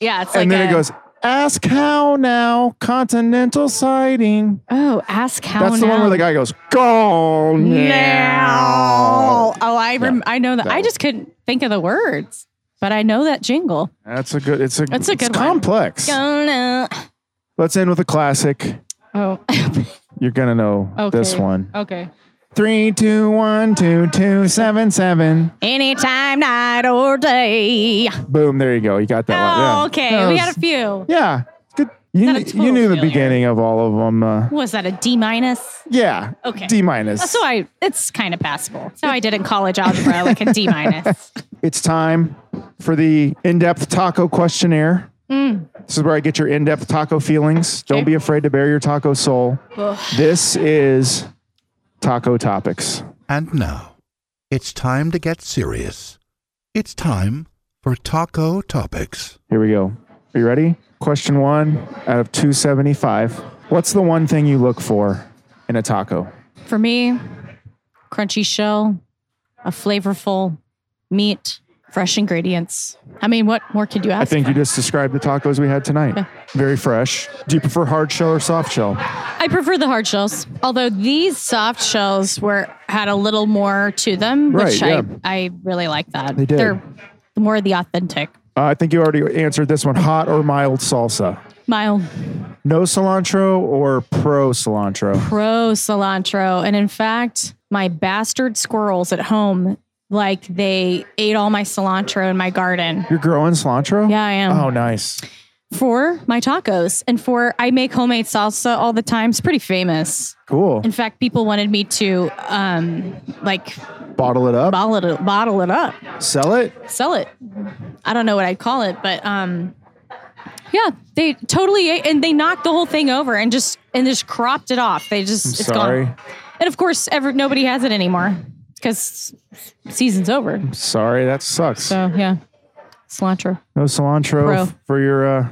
Yeah, it's like
and then
a-
it goes. Ask how now, continental siding.
Oh, ask how
That's the one where the guy goes, call now.
now. Oh, I rem- I know that. I just couldn't think of the words, but I know that jingle.
That's a good. It's a.
That's a
it's
good one.
complex.
Go now.
Let's end with a classic.
Oh, <laughs>
You're gonna know
okay.
this one.
Okay.
Three, two, one, two, two, seven, seven.
Anytime, night or day.
Boom! There you go. You got that one. Yeah.
Oh, okay.
That
we
was-
got a few.
Yeah. Good. You,
Not a
kn- you
total
knew the
failure.
beginning of all of them. Uh,
Was that a D minus?
yeah.
Okay.
D minus.
So I, it's kind of passable. So I did in college algebra, like a D minus.
It's time for the in-depth taco questionnaire.
Mm.
This is where I get your in-depth taco feelings. Don't be afraid to bare your taco soul. This is taco topics.
And now, it's time to get serious. It's time for Taco Topics.
Here we go. Are you ready? Question one out of 275. What's the one thing you look for in a taco?
<laughs> For me, crunchy shell, a flavorful meat, fresh ingredients. I mean, what more could you
I
ask?
think you just described the tacos we had
<laughs>
tonight. Very fresh. Do you prefer hard shell or soft shell? Uh,
I prefer the hard shells, although these soft shells were had a little more to them,
Right,
which
yeah.
I, I really like that.
They did.
They're more the authentic.
Uh, I think you already answered this one. Hot or mild salsa?
Mild
No cilantro or pro cilantro?
pro cilantro. And in fact, my bastard squirrels at home, like they ate all my cilantro in my garden.
You're growing cilantro?
Yeah, I am.
Oh, nice.
For my tacos and for I make homemade salsa all the time. It's pretty famous.
Cool.
In fact, people wanted me to um like
Bottle it up,
bottle it bottle it up.
sell it.
sell it. I don't know what I'd call it, but um, yeah, they totally ate, and they knocked the whole thing over and just and just cropped it off. They just it's
Sorry.
gone. And of course, ever nobody has it anymore because season's over.
Sorry, that sucks.
So yeah, cilantro.
no cilantro
Pro.
f- for your uh,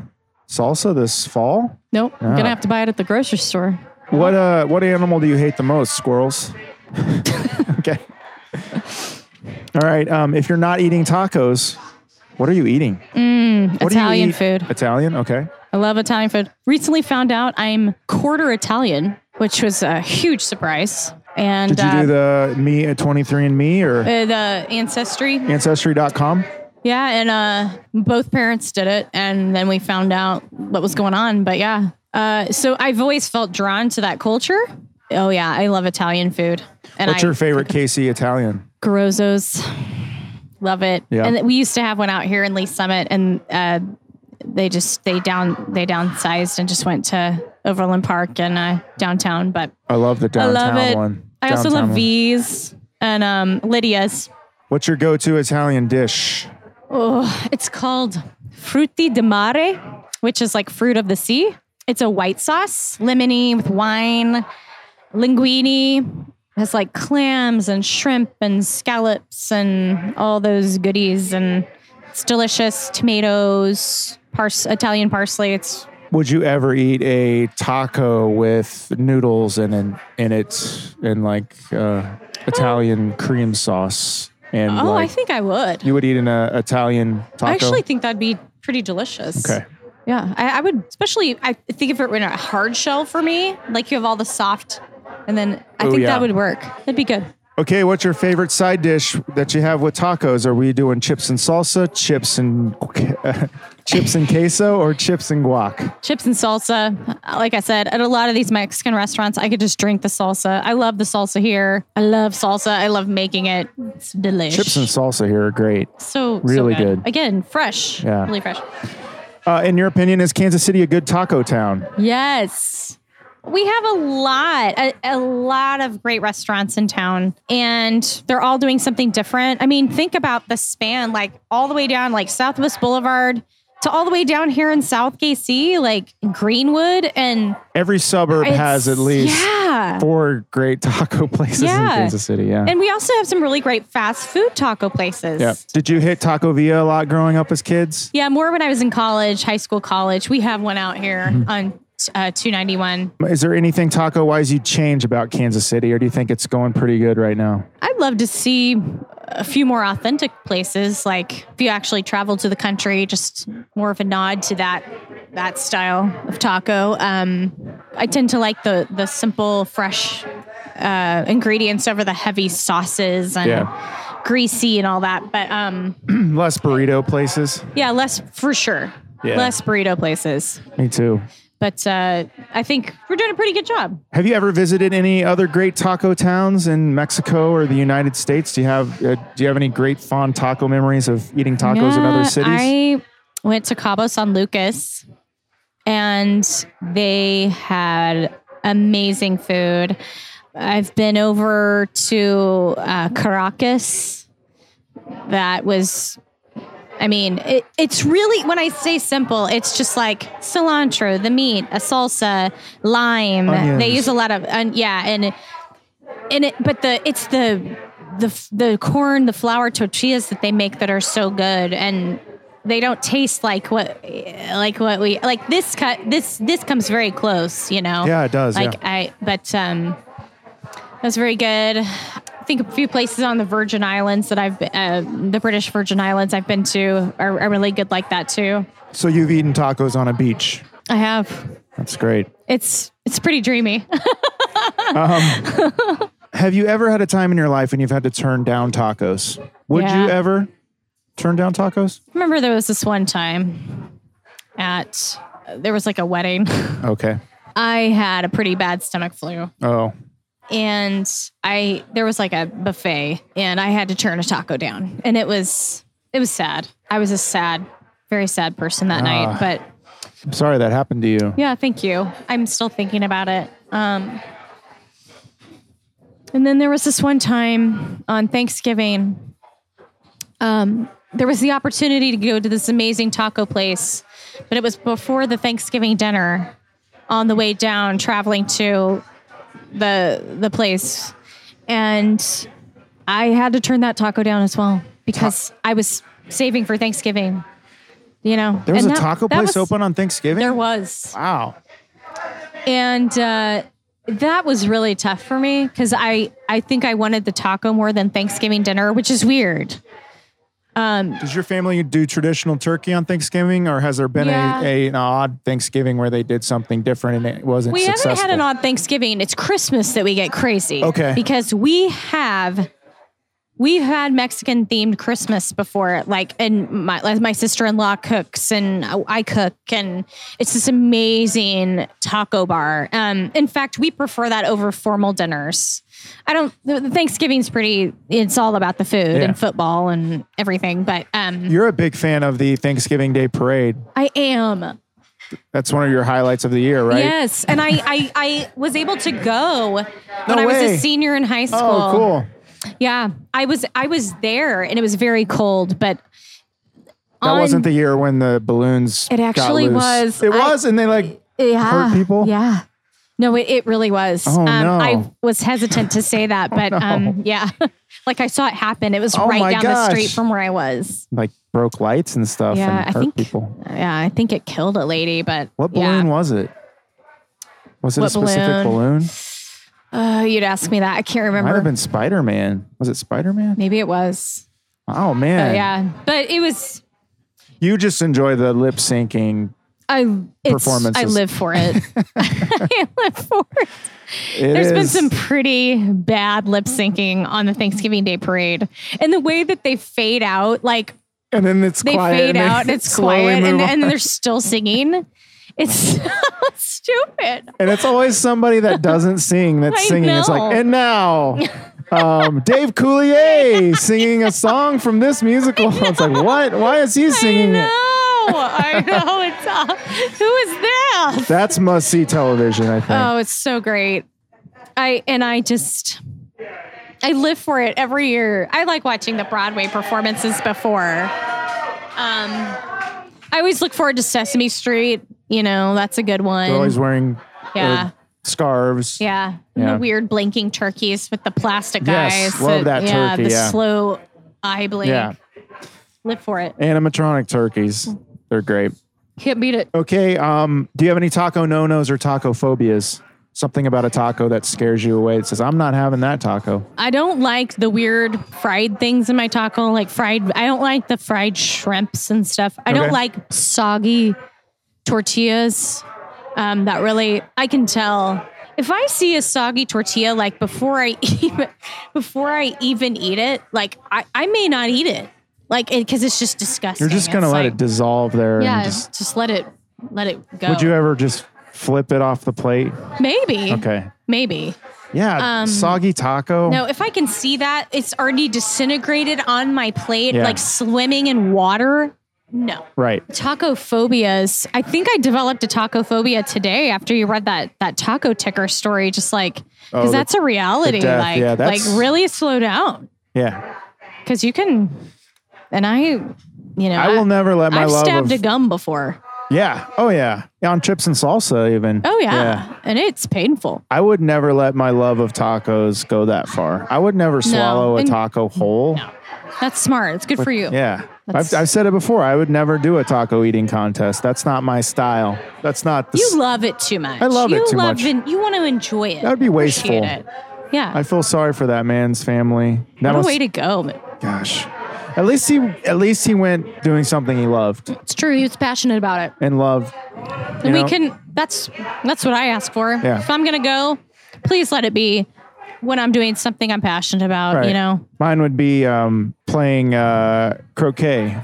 salsa this fall?
Nope, I'm
Ah.
gonna have to buy it at the grocery store.
What uh what animal do you hate the most? Squirrels. <laughs> okay. All right. Um, if you're not eating tacos, what are you eating? What do you
Mm, Italian
eat?
food.
Italian. Okay.
I love Italian food. Recently found out I'm quarter Italian, which was a huge surprise. And
Did you do the me at 23 and me or
uh, the ancestry
ancestry.com?
Yeah, and uh, both parents did it, and then we found out what was going on. But yeah, uh, so I've always felt drawn to that culture. Oh yeah, I love Italian food. And
What's
I,
your
<laughs>
favorite Casey Italian?
Grozzo's, love it.
Yeah.
And we used to have one out here in Lee Summit, and uh, they just they down they downsized and just went to Overland Park and uh, downtown. But
I love the
I
downtown
love it.
one.
I also
Downtown
love
one.
V's and um, Lydia's.
What's your go-to Italian dish?
Oh, it's called frutti di mare, which is like fruit of the sea. It's a white sauce, lemony with wine, linguine. Has like clams and shrimp and scallops and all those goodies, and it's delicious. Tomatoes, pars- Italian parsley. It's
Would you ever eat a taco with noodles and in, in it and like uh, Italian cream sauce? And
oh,
like,
I think I would.
you would eat an uh, Italian taco.
I actually think that'd be pretty delicious.
okay.
Yeah, I, I would especially. I think if it were in a hard shell for me, like you have all the soft, and then I
Oh,
think
yeah.
that would work. That'd be good.
Okay, what's your favorite side dish that you have with tacos? Are we doing chips and salsa, chips and <laughs> chips and queso, or chips and guac?
Chips and salsa. Like I said, at a lot of these Mexican restaurants, I could just drink the salsa. I love the salsa here. I love salsa. I love making it. It's delicious.
Chips and salsa here are great.
so so
really good.
Again, fresh.
Yeah.
Really fresh.
Uh, in your opinion, is Kansas City a good taco town?
Yes. We have a lot, a, a lot of great restaurants in town, and they're all doing something different. I mean, think about the span, like all the way down, like Southwest Boulevard to all the way down here in South KC, like Greenwood, and
Every suburb
it's-
has at least
yeah.
four great taco <laughs> places in
Yeah.
Kansas City. Yeah.
And we also have some really great fast food taco places.
yeah. Did you hit Taco Villa a lot growing up as kids?
Yeah, more when I was in college, high school, college. We have one out here
Mm-hmm.
on uh, 291.
Is there anything taco wise you'd change about Kansas City, or do you think it's going pretty good right now?
I'd love to see a few more authentic places. Like if you actually travel to the country, just more of a nod to that that style of taco. Um, I tend to like the the simple, fresh uh, ingredients over the heavy sauces and
Yeah.
greasy and all that. But um,
<clears throat> Less burrito places?
yeah, less for sure.
Yeah.
Less burrito places.
Me too.
But uh, I think we're doing a pretty good job.
Have you ever visited any other great taco towns in Mexico or the United States? Do you have uh, do you have any great fond taco memories of eating tacos in
Yeah,
other cities?
I went to Cabo San Lucas and they had amazing food. I've been over to uh, Caracas. That was, I mean, it, it's really, when I say simple, it's just like cilantro, the meat, a salsa, lime. They
Onions.
use a lot of, and yeah, and and it but the it's the the f- the corn the flour tortillas that they make that are so good and they don't taste like what like what we like this cut this this comes very close you know
Yeah, it does,
like
yeah.
i but um that's very good i think a few places on the virgin islands that i've been- uh, the british virgin islands i've been to are, are really good like that too
so you've eaten tacos on a beach.
i have
That's great.
it's it's pretty dreamy <laughs>
Have you ever had a time in your life when you've had to turn down tacos? Would
Yeah.
you ever turn down tacos?
remember there was this one time at there was like a wedding <laughs>
Okay.
i had a pretty bad stomach flu
Oh,
and i there was like a buffet and i had to turn a taco down and it was it was sad i was a sad very sad person that night but
I'm sorry that happened to you.
yeah thank you i'm still thinking about it um and then there was this one time on thanksgiving um, there was the opportunity to go to this amazing taco place, but it was before the Thanksgiving dinner on the way down traveling to the the place and I had to turn that taco down as well because I was saving for Thanksgiving. You know.
There was
And
a
that-
taco
that
place
was-
open on Thanksgiving?
There was.
wow.
And uh that was really tough for me because I, I think I wanted the taco more than Thanksgiving dinner, which is weird.
Does your family do traditional turkey on Thanksgiving or has there been
Yeah.
a, a, an odd Thanksgiving where they did something different and it wasn't
We
successful?
haven't had an odd Thanksgiving. It's Christmas that we get crazy.
Okay.
Because we have we've had Mexican themed Christmas before, like and my like my sister in law cooks and I cook and it's this amazing taco bar. Um, in fact, we prefer that over formal dinners. I don't. the- the Thanksgiving's pretty. It's all about the food
Yeah.
and football and everything. But um,
You're a big fan of the Thanksgiving Day parade.
I am.
That's one of your highlights of the year, right?
Yes, and I, I I was able to go when I was
way.
a senior in high school.
Oh, cool.
Yeah, I was I was there, and it was very cold, but
That
on-
wasn't the year when the balloons.
It
got
actually
loose.
was.
It
I-
was, and they like
yeah.
hurt people?
Yeah. No, it, it really was.
Oh,
um,
no.
I was hesitant to
<laughs>
say that, but um, yeah, <laughs> like I saw it happen. It was
Oh, my
right down the street
gosh.
from where I was.
Like broke lights and stuff
Yeah,
and
I
hurt
think-
people.
Yeah, I think it killed a lady, but
What
yeah.
balloon was it? Was it a
What
specific balloon?
balloon? Oh, you'd ask me that. I can't
Might
remember.
have been Spider Man. Was it Spider Man?
Maybe it was.
Oh
But
man,
yeah, but it was.
you just enjoy the lip syncing.
I it's, I
Performances.
live for it.
<laughs>
<laughs> I live for it.
It
There's been
is-
some pretty bad lip syncing on the Thanksgiving Day parade, and the way that they fade out, like
and then it's
they
quiet and
fade
they
out and it's
slowly
quiet and,
move on.
and they're still singing it's <laughs> so stupid
And it's always somebody that doesn't sing that's
<laughs> I
singing. It's
know.
like, and
<laughs>
now, um, Dave Coulier singing a song from this musical. It's like, what? Why is he singing it?
i know i know it's all, who is that
That's must see television, I think.
oh it's so great i and i just i live for it every year i like watching the broadway performances before um i always look forward to sesame street you know that's a good one
They're always wearing uh,
yeah
scarves.
Yeah. and
Yeah.
The weird blinking turkeys with the plastic
Yes,
eyes.
love that
yeah,
turkey,
The
yeah.
slow eye blink.
Yeah.
Live for it.
Animatronic turkeys. They're great.
Can't beat it.
Okay. Um, do you have any taco no nos or taco phobias? Something about a taco that scares you away. It says, I'm not having that taco.
I don't like the weird fried things in my taco, like fried. I don't like the fried shrimps and stuff. I don't
Okay.
like soggy tortillas. Um, that really, I can tell. If I see a soggy tortilla, like before I <laughs> even before I even eat it, like I, I may not eat it, like because it's just disgusting.
You're just going to
It's
let
like-
it dissolve there.
Yeah,
And just,
just, let it let it go.
Would you ever just flip it off the plate?
maybe?
Okay.
Maybe.
Yeah,
Um,
soggy taco.
No, if I can see that it's already disintegrated on my plate,
Yeah.
like swimming in water. No.
Right.
Taco phobias. I think I developed a taco phobia today after you read that that taco ticker story. Just like
Oh,
because
the-
that's a reality.
death.
like
Yeah, that's-
like really slow down
Yeah.
because you can. And I, you know,
I will never let my
I've
love
stabbed
of
a gum before.
Yeah. Oh yeah. Yeah, On chips and salsa even.
Oh yeah, and it's painful.
I would never let my love of tacos go that far. I would never swallow a
and-
taco whole.
That's smart. It's good for you.
Yeah. I've,
That's-
I've said it before. I would never do a taco eating contest. That's not my style. That's not the s-
You love it too much.
I love it
you
too
love
much.
en- you want to enjoy it.
That would be
Appreciate
wasteful.
it. Yeah.
I feel sorry for that man's family. That
what
was
a way to go.
gosh. At least he at least he went doing something he loved
It's true. He was passionate about it.
and loved.
And we
know-
can. That's that's what I ask for.
Yeah.
If I'm gonna go, please let it be when I'm doing something I'm passionate about.
Right.
You know.
Mine would be um, playing uh, croquet.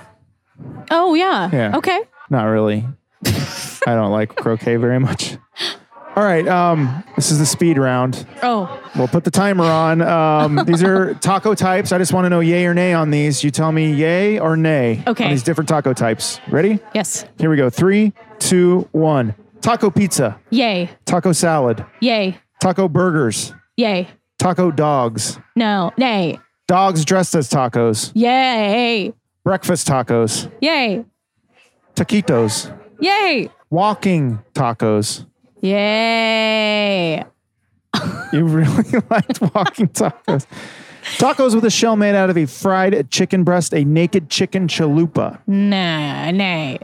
Oh yeah.
Yeah.
Okay.
Not
<laughs>
really. I don't like croquet very much. All right. Um, this is the speed round.
Oh.
We'll put the timer on. Um, these are taco types. I just want to know yay or nay on these. You tell me yay or nay
Okay.
on these different taco types. Ready?
Yes.
Here we go. Three, two, one. Taco pizza,
Yay.
taco salad,
Yay.
taco burgers,
Yay.
taco dogs,
No. Nay.
dogs dressed as tacos,
Yay.
breakfast tacos,
Yay.
taquitos,
Yay.
walking tacos. <laughs>
Yay.
You really <laughs> liked walking tacos. Tacos with a shell made out of a fried chicken breast, a naked chicken chalupa.
Nah. Nay.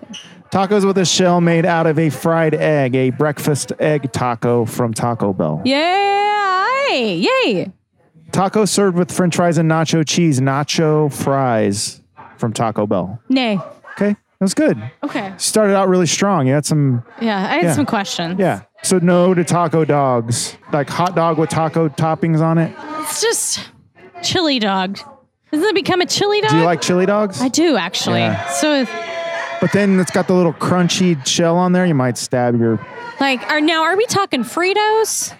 Tacos with a shell made out of a fried egg, a breakfast egg taco from Taco Bell.
Yay. Yay.
Taco served with french fries and nacho cheese, nacho fries from Taco Bell.
Nay.
Okay, that was good.
Okay.
Started out really strong. You had some,
Yeah, I had
Yeah.
some questions.
yeah. So, no to taco dogs, like hot dog with taco toppings on it.
It's just chili dog. Doesn't it become a chili dog?
Do you like chili dogs?
I do actually.
Yeah.
So
But then it's got the little crunchy shell on there. You might stab your.
like are now are we talking Fritos?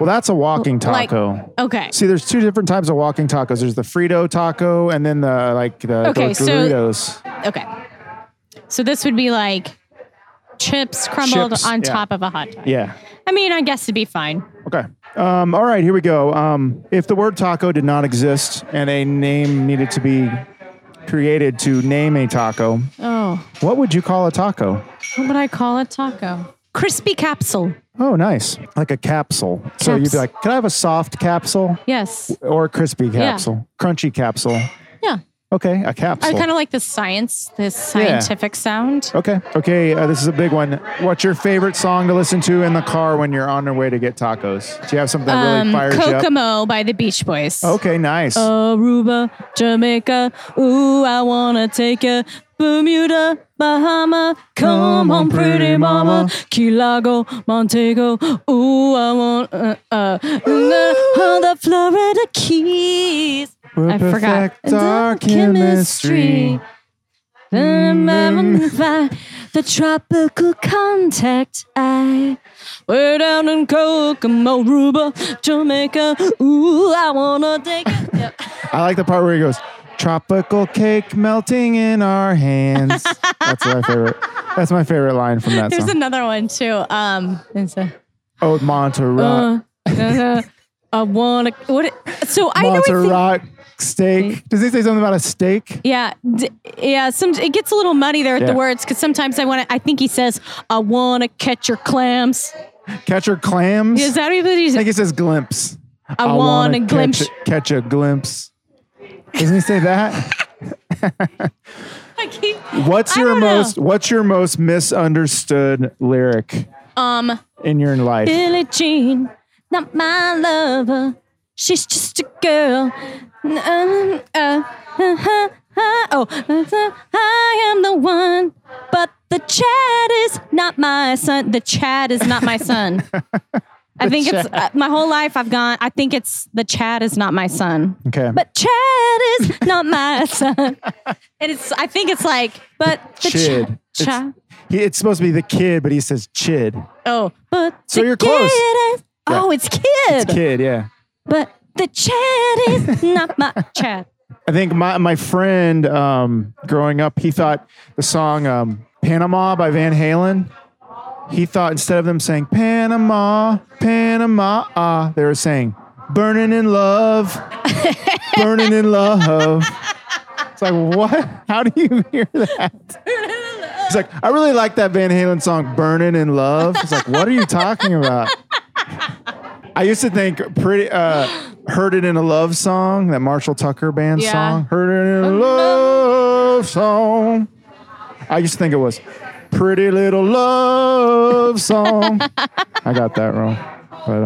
Well, that's a walking
Like-
taco.
Okay.
See, there's two different types of walking tacos. There's the Frito taco and then the like the,
Okay,
the
so-
Doritos.
Okay. So this would be like chips crumbled
Chips,
on
yeah.
top of a hot dog.
yeah.
I mean, I guess it'd be fine.
Okay. Um, all right, here we go. Um, if the word taco did not exist and a name needed to be created to name a taco,
Oh,
what would you call a taco?
what would I call a taco? Crispy capsule.
Oh, nice. Like a capsule. So you'd be
Caps.
like, can I have a soft capsule
Yes.
or a crispy capsule? Crunchy capsule.
Yeah.
Okay, a
I
capsule.
kind of like this science, this scientific sound.
okay. Okay, uh, this is a big one. What's your favorite song to listen to in the car when you're on your way to get tacos? Do you have something that really
Um, Oh.
fires you up?
Kokomo by the Beach Boys.
Okay, nice.
Aruba, Jamaica. Ooh, I wanna take you. Bermuda, Bahama, come on, pretty mama. Key Largo, Montego. Ooh, I want uh, uh, on the Florida Keys.
We're
I forgot.
perfect, our chemistry.
The tropical contact I We're down in Kokomo, Aruba, Jamaica. Ooh, I wanna take a
I like the part where he goes, tropical cake melting in our
<laughs>
hands. That's my favorite. That's my favorite line from that
There's
song.
another one too. Um, it's a,
oh, Monterey.
uh, uh, <laughs> I want to. What? it- So I know. I
Monterey
think,
Rock steak. Does he say something about a steak?
yeah, d- yeah. Some it gets a little muddy there at
Yeah.
the words because sometimes I want to. I think he says, "I want to catch your clams."
Catch your clams?
Is that what he
I think
says?
it says glimpse.
I, want
wanna
to
catch
glimpse.
a- Catch a glimpse. Doesn't he say
<laughs>
that?
I keep-
What's
I
your
don't know.
most What's your most misunderstood lyric
Um,
in your life?
Billie Jean, not my lover. She's just a girl. N- um, uh, uh, uh, uh, oh, uh, I am the one, but the Chad is not my son. The Chad is not my
<laughs>
son. I think it's uh, my whole life I've gone. I think it's the Chad is not my son.
Okay.
But Chad is not my son. And it's, I think it's like, but the
Chid.
Chad.
It's- He, it's supposed to be the kid, but he says chid.
oh, but
So
the
you're close.
kid is-
Yeah.
Oh, it's kid.
Kid, yeah.
But the chat is not my chat.
I think my my friend um, growing up, he thought the song um, Panama by Van Halen. He thought instead of them saying Panama, Panama, ah, they were saying burning in love, burning in love. It's like what? How do you hear that? He's like, I really like that Van Halen song, "Burning in Love." It's like, what are you talking about? I used to think pretty uh Heard It in a Love song, that Marshall Tucker band
Yeah.
song. Heard it in a love song. I used to think it was Pretty Little Love Song. I got that wrong. But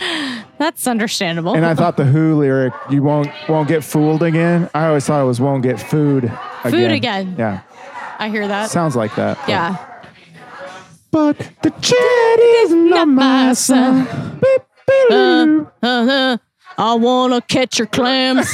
um,
That's understandable.
and I thought the Who lyric, you won't won't get fooled again. I always thought it was won't get food again.
again.
Yeah.
I hear that.
Sounds like that. but-
yeah.
But the chat is not my son. Uh. Beep, beep, beep.
Uh-huh. I wanna catch your clams.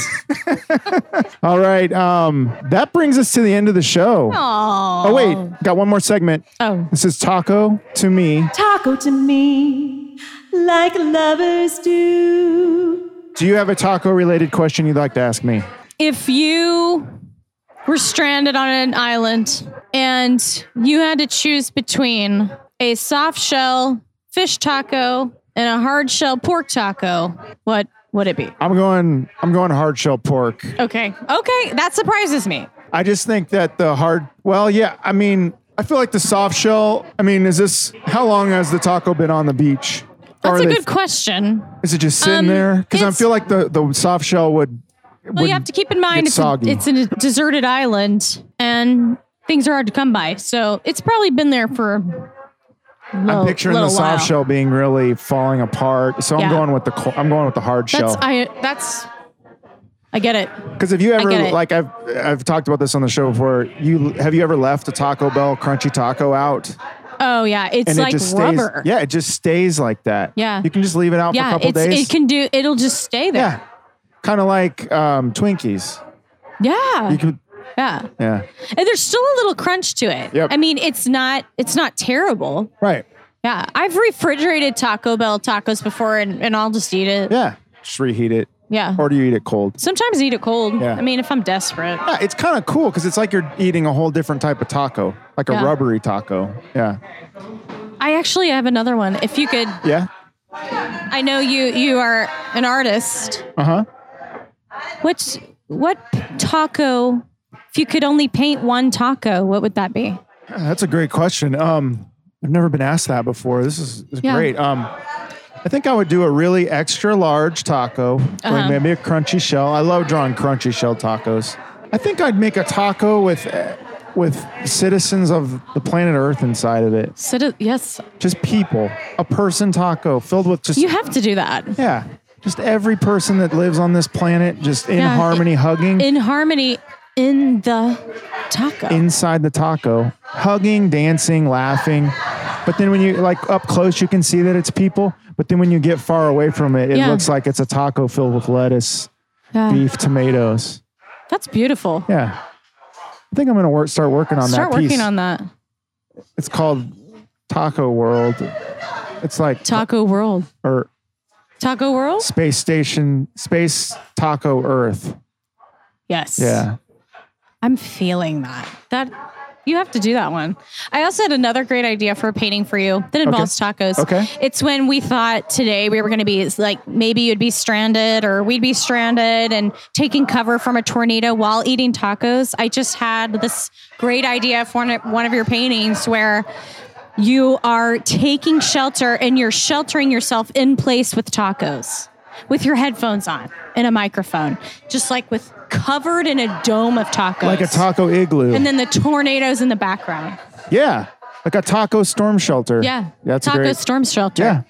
All right. Um, that brings us to the end of the show.
<laughs> Aw.
Oh wait, got one more segment.
Oh.
This is Taco to me.
Taco to me, like lovers do.
Do you have a taco related question you'd like to ask me?
If you were stranded on an island and you had to choose between a soft shell fish taco and a hard shell pork taco, what would it be?
I'm going I'm going hard shell pork.
Okay. Okay. That surprises me.
I just think that the hard well, yeah, I mean, I feel like the soft shell, I mean, is this how long has the taco been on the beach?
That's
Are
a
they-
good question.
Is it just sitting
Um,
there? Because I
it's-
feel like the, the soft shell would
Well, you have to keep in mind
get
it's a,
soggy.
it's a deserted island and things are hard to come by. So it's probably been there for. a little-
I'm picturing the
little
soft
while.
shell being really falling apart. So I'm
Yeah.
going with the co- I'm going with the hard
That's
shell.
I. That's. I get it.
Because if you ever
get it.
like I've I've talked about this on the show before. You have you ever left a Taco Bell crunchy taco out
Oh yeah, it's like
stays?
rubber.
Yeah, it just stays like that.
Yeah.
you can just leave it out for a
yeah.
couple
It's
days.
it can do. It'll just stay there.
yeah, kind of like um, Twinkies.
Yeah.
You could
yeah.
yeah
And there's still a little crunch to it.
Yep.
I mean, it's not. It's not terrible.
right
Yeah. I've refrigerated Taco Bell tacos before, and, and I'll just eat it.
yeah just reheat it
Yeah.
or do you eat it cold?
Sometimes eat it cold.
Yeah.
I mean, if I'm desperate.
Yeah, it's kind of cool because it's like you're eating a whole different type of taco, like a
Yeah.
rubbery taco. Yeah,
I actually have another one. If you could,
yeah,
I know you you are an artist.
uh huh.
What's what taco? If you could only paint one taco, what would that be?
That's a great question. Um, I've never been asked that before. This is, this is
Yeah.
great. Um, I think I would do a really extra large taco,
Uh-huh.
or maybe a crunchy shell. I love drawing crunchy shell tacos. I think I'd make a taco with uh, with citizens of the planet Earth inside of it.
Citi- yes,
Just people, a person taco filled with just
you have to do that.
yeah, just every person that lives on this planet, just in
Yeah, i-
harmony, hugging
In harmony in the taco.
inside the taco, hugging, dancing, laughing. But then when you like up close, you can see that it's people. But then when you get far away from it, it
Yeah.
looks like it's a taco filled with lettuce,
Yeah.
beef, tomatoes.
That's beautiful.
Yeah, I think I'm gonna work, start working on
Start
that
working
piece.
on that
it's called Taco World. It's like
taco world.
or
Taco world?
space station, space taco Earth.
Yes.
Yeah,
I'm feeling that. That you have to do that one. I also had another great idea for a painting for you that involves tacos.
Okay.
It's when we thought today we were going to be it's like maybe you'd be stranded or we'd be stranded and taking cover from a tornado while eating tacos. I just had this great idea for one of- one of your paintings where you are taking shelter and you're sheltering yourself in place with tacos with your headphones on and a microphone just like with covered in a dome of tacos
like a taco igloo.
and then the tornadoes in the background
yeah, like a taco storm shelter.
yeah
that's a
taco
great.
storm shelter
Yeah.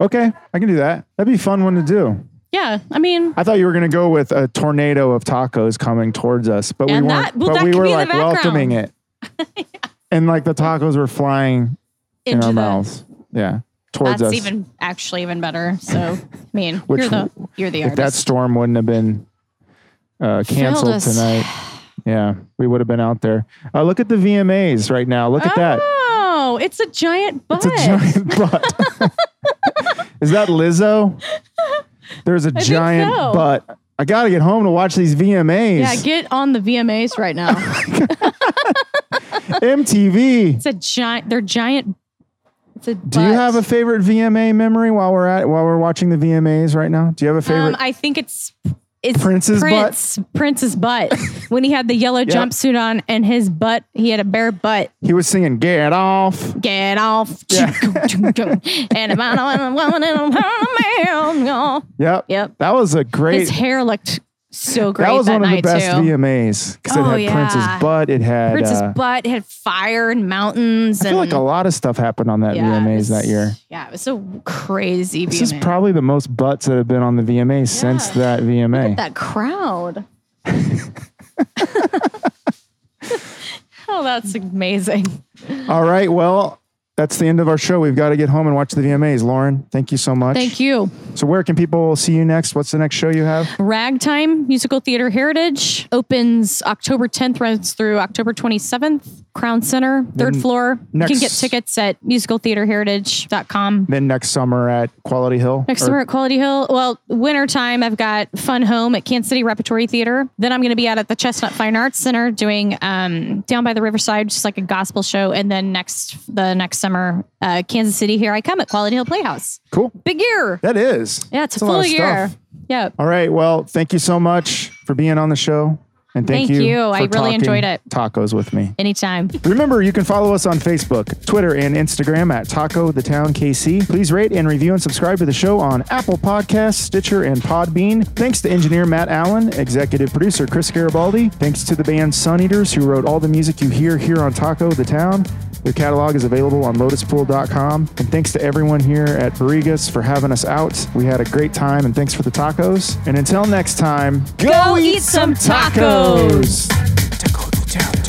Okay, I can do that. That'd be a fun one to do.
yeah i mean
I thought you were gonna go with a tornado of tacos coming towards us, but
And
we weren't.
that- well,
but
that
we
could
were
be the
like
background.
welcoming
<laughs>
it, and like the tacos were flying in
into
our
the-
mouths. Yeah, towards us.
that's even actually even better
<laughs>
so i mean
Which
you're the
w-
you're the
if
artist
that storm wouldn't have been uh, canceled
us.
tonight, yeah, we would have been out there. Uh, look at the VMAs right now. Look at that.
oh it's a giant butt
It's a giant <laughs> butt. Is that Lizzo? There's a
think
giant
so.
butt. I gotta get home to watch these VMAs. <laughs>
yeah get on the vmas right now
MTV.
it's a giant they're giant it's a
Do you have a favorite VMA memory while we're at while we're watching the VMAs right now? Do you have a favorite?
Um, I think it's it's
Prince's
Prince, butt. Prince's butt. when he had
<laughs>
the yellow jumpsuit on and his butt, he had a bare butt.
he was singing "Get Off."
Get off. and if I don't want a woman, I'm a man, y'all.
Yep.
Yep.
That was a great.
His hair looked so great
that
that,
was one of the
night
best
too.
VMAs because
Oh,
it had
yeah.
Prince's butt. It had.
Prince's
uh,
butt had fire and mountains.
I feel
and
like a lot of stuff happened on that
yeah, it
VMAs
was-
that year.
Yeah, it was a crazy
This is
VMA.
probably the most butts that have been on the VMAs since
Yeah.
that VMA. <laughs>
that crowd. <laughs> oh, that's amazing.
All right. Well, that's the end of our show. We've got to get home and watch the VMAs. Lauren, thank you so much.
Thank you.
So, where can people see you next? What's the next show you
Mm-hmm.
have?
Ragtime Musical Theater Heritage opens October 10th, runs through October 27th. Crown Center, third floor. you
next-
can get tickets at musicaltheaterheritage.com.
Then next summer at Quality Hill.
Next
Or-
summer at Quality Hill. Well, wintertime, I've got Fun Home at Kansas City Repertory Theater. Then I'm going to be out at the Chestnut Fine Arts Center doing um, Down by the Riverside, just like a gospel show. And then next, the next summer, uh, Kansas City, here I come at Quality Hill Playhouse.
Cool.
Big year.
That is.
Yeah, it's a
That's lot
full
of
year.
stuff.
Yeah.
All right. Well, thank you so much for being on the show. And thank,
Thank
you.
you. I
for
really
talking
enjoyed it.
Tacos with me.
Anytime.
Remember, you can follow us on Facebook, Twitter, and Instagram at Taco the Town KC. Please rate and review and subscribe to the show on Apple Podcasts, Stitcher, and Podbean. Thanks to engineer Matt Allen, executive producer Chris Garibaldi. Thanks to the band Sun Eaters, who wrote all the music you hear here on Taco the Town. Their catalog is available on lotuspool.com. And thanks to everyone here at Barrigas for having us out. We had a great time, and thanks for the tacos. And until next time, go,
eat some tacos.
tacos. Taco the Town.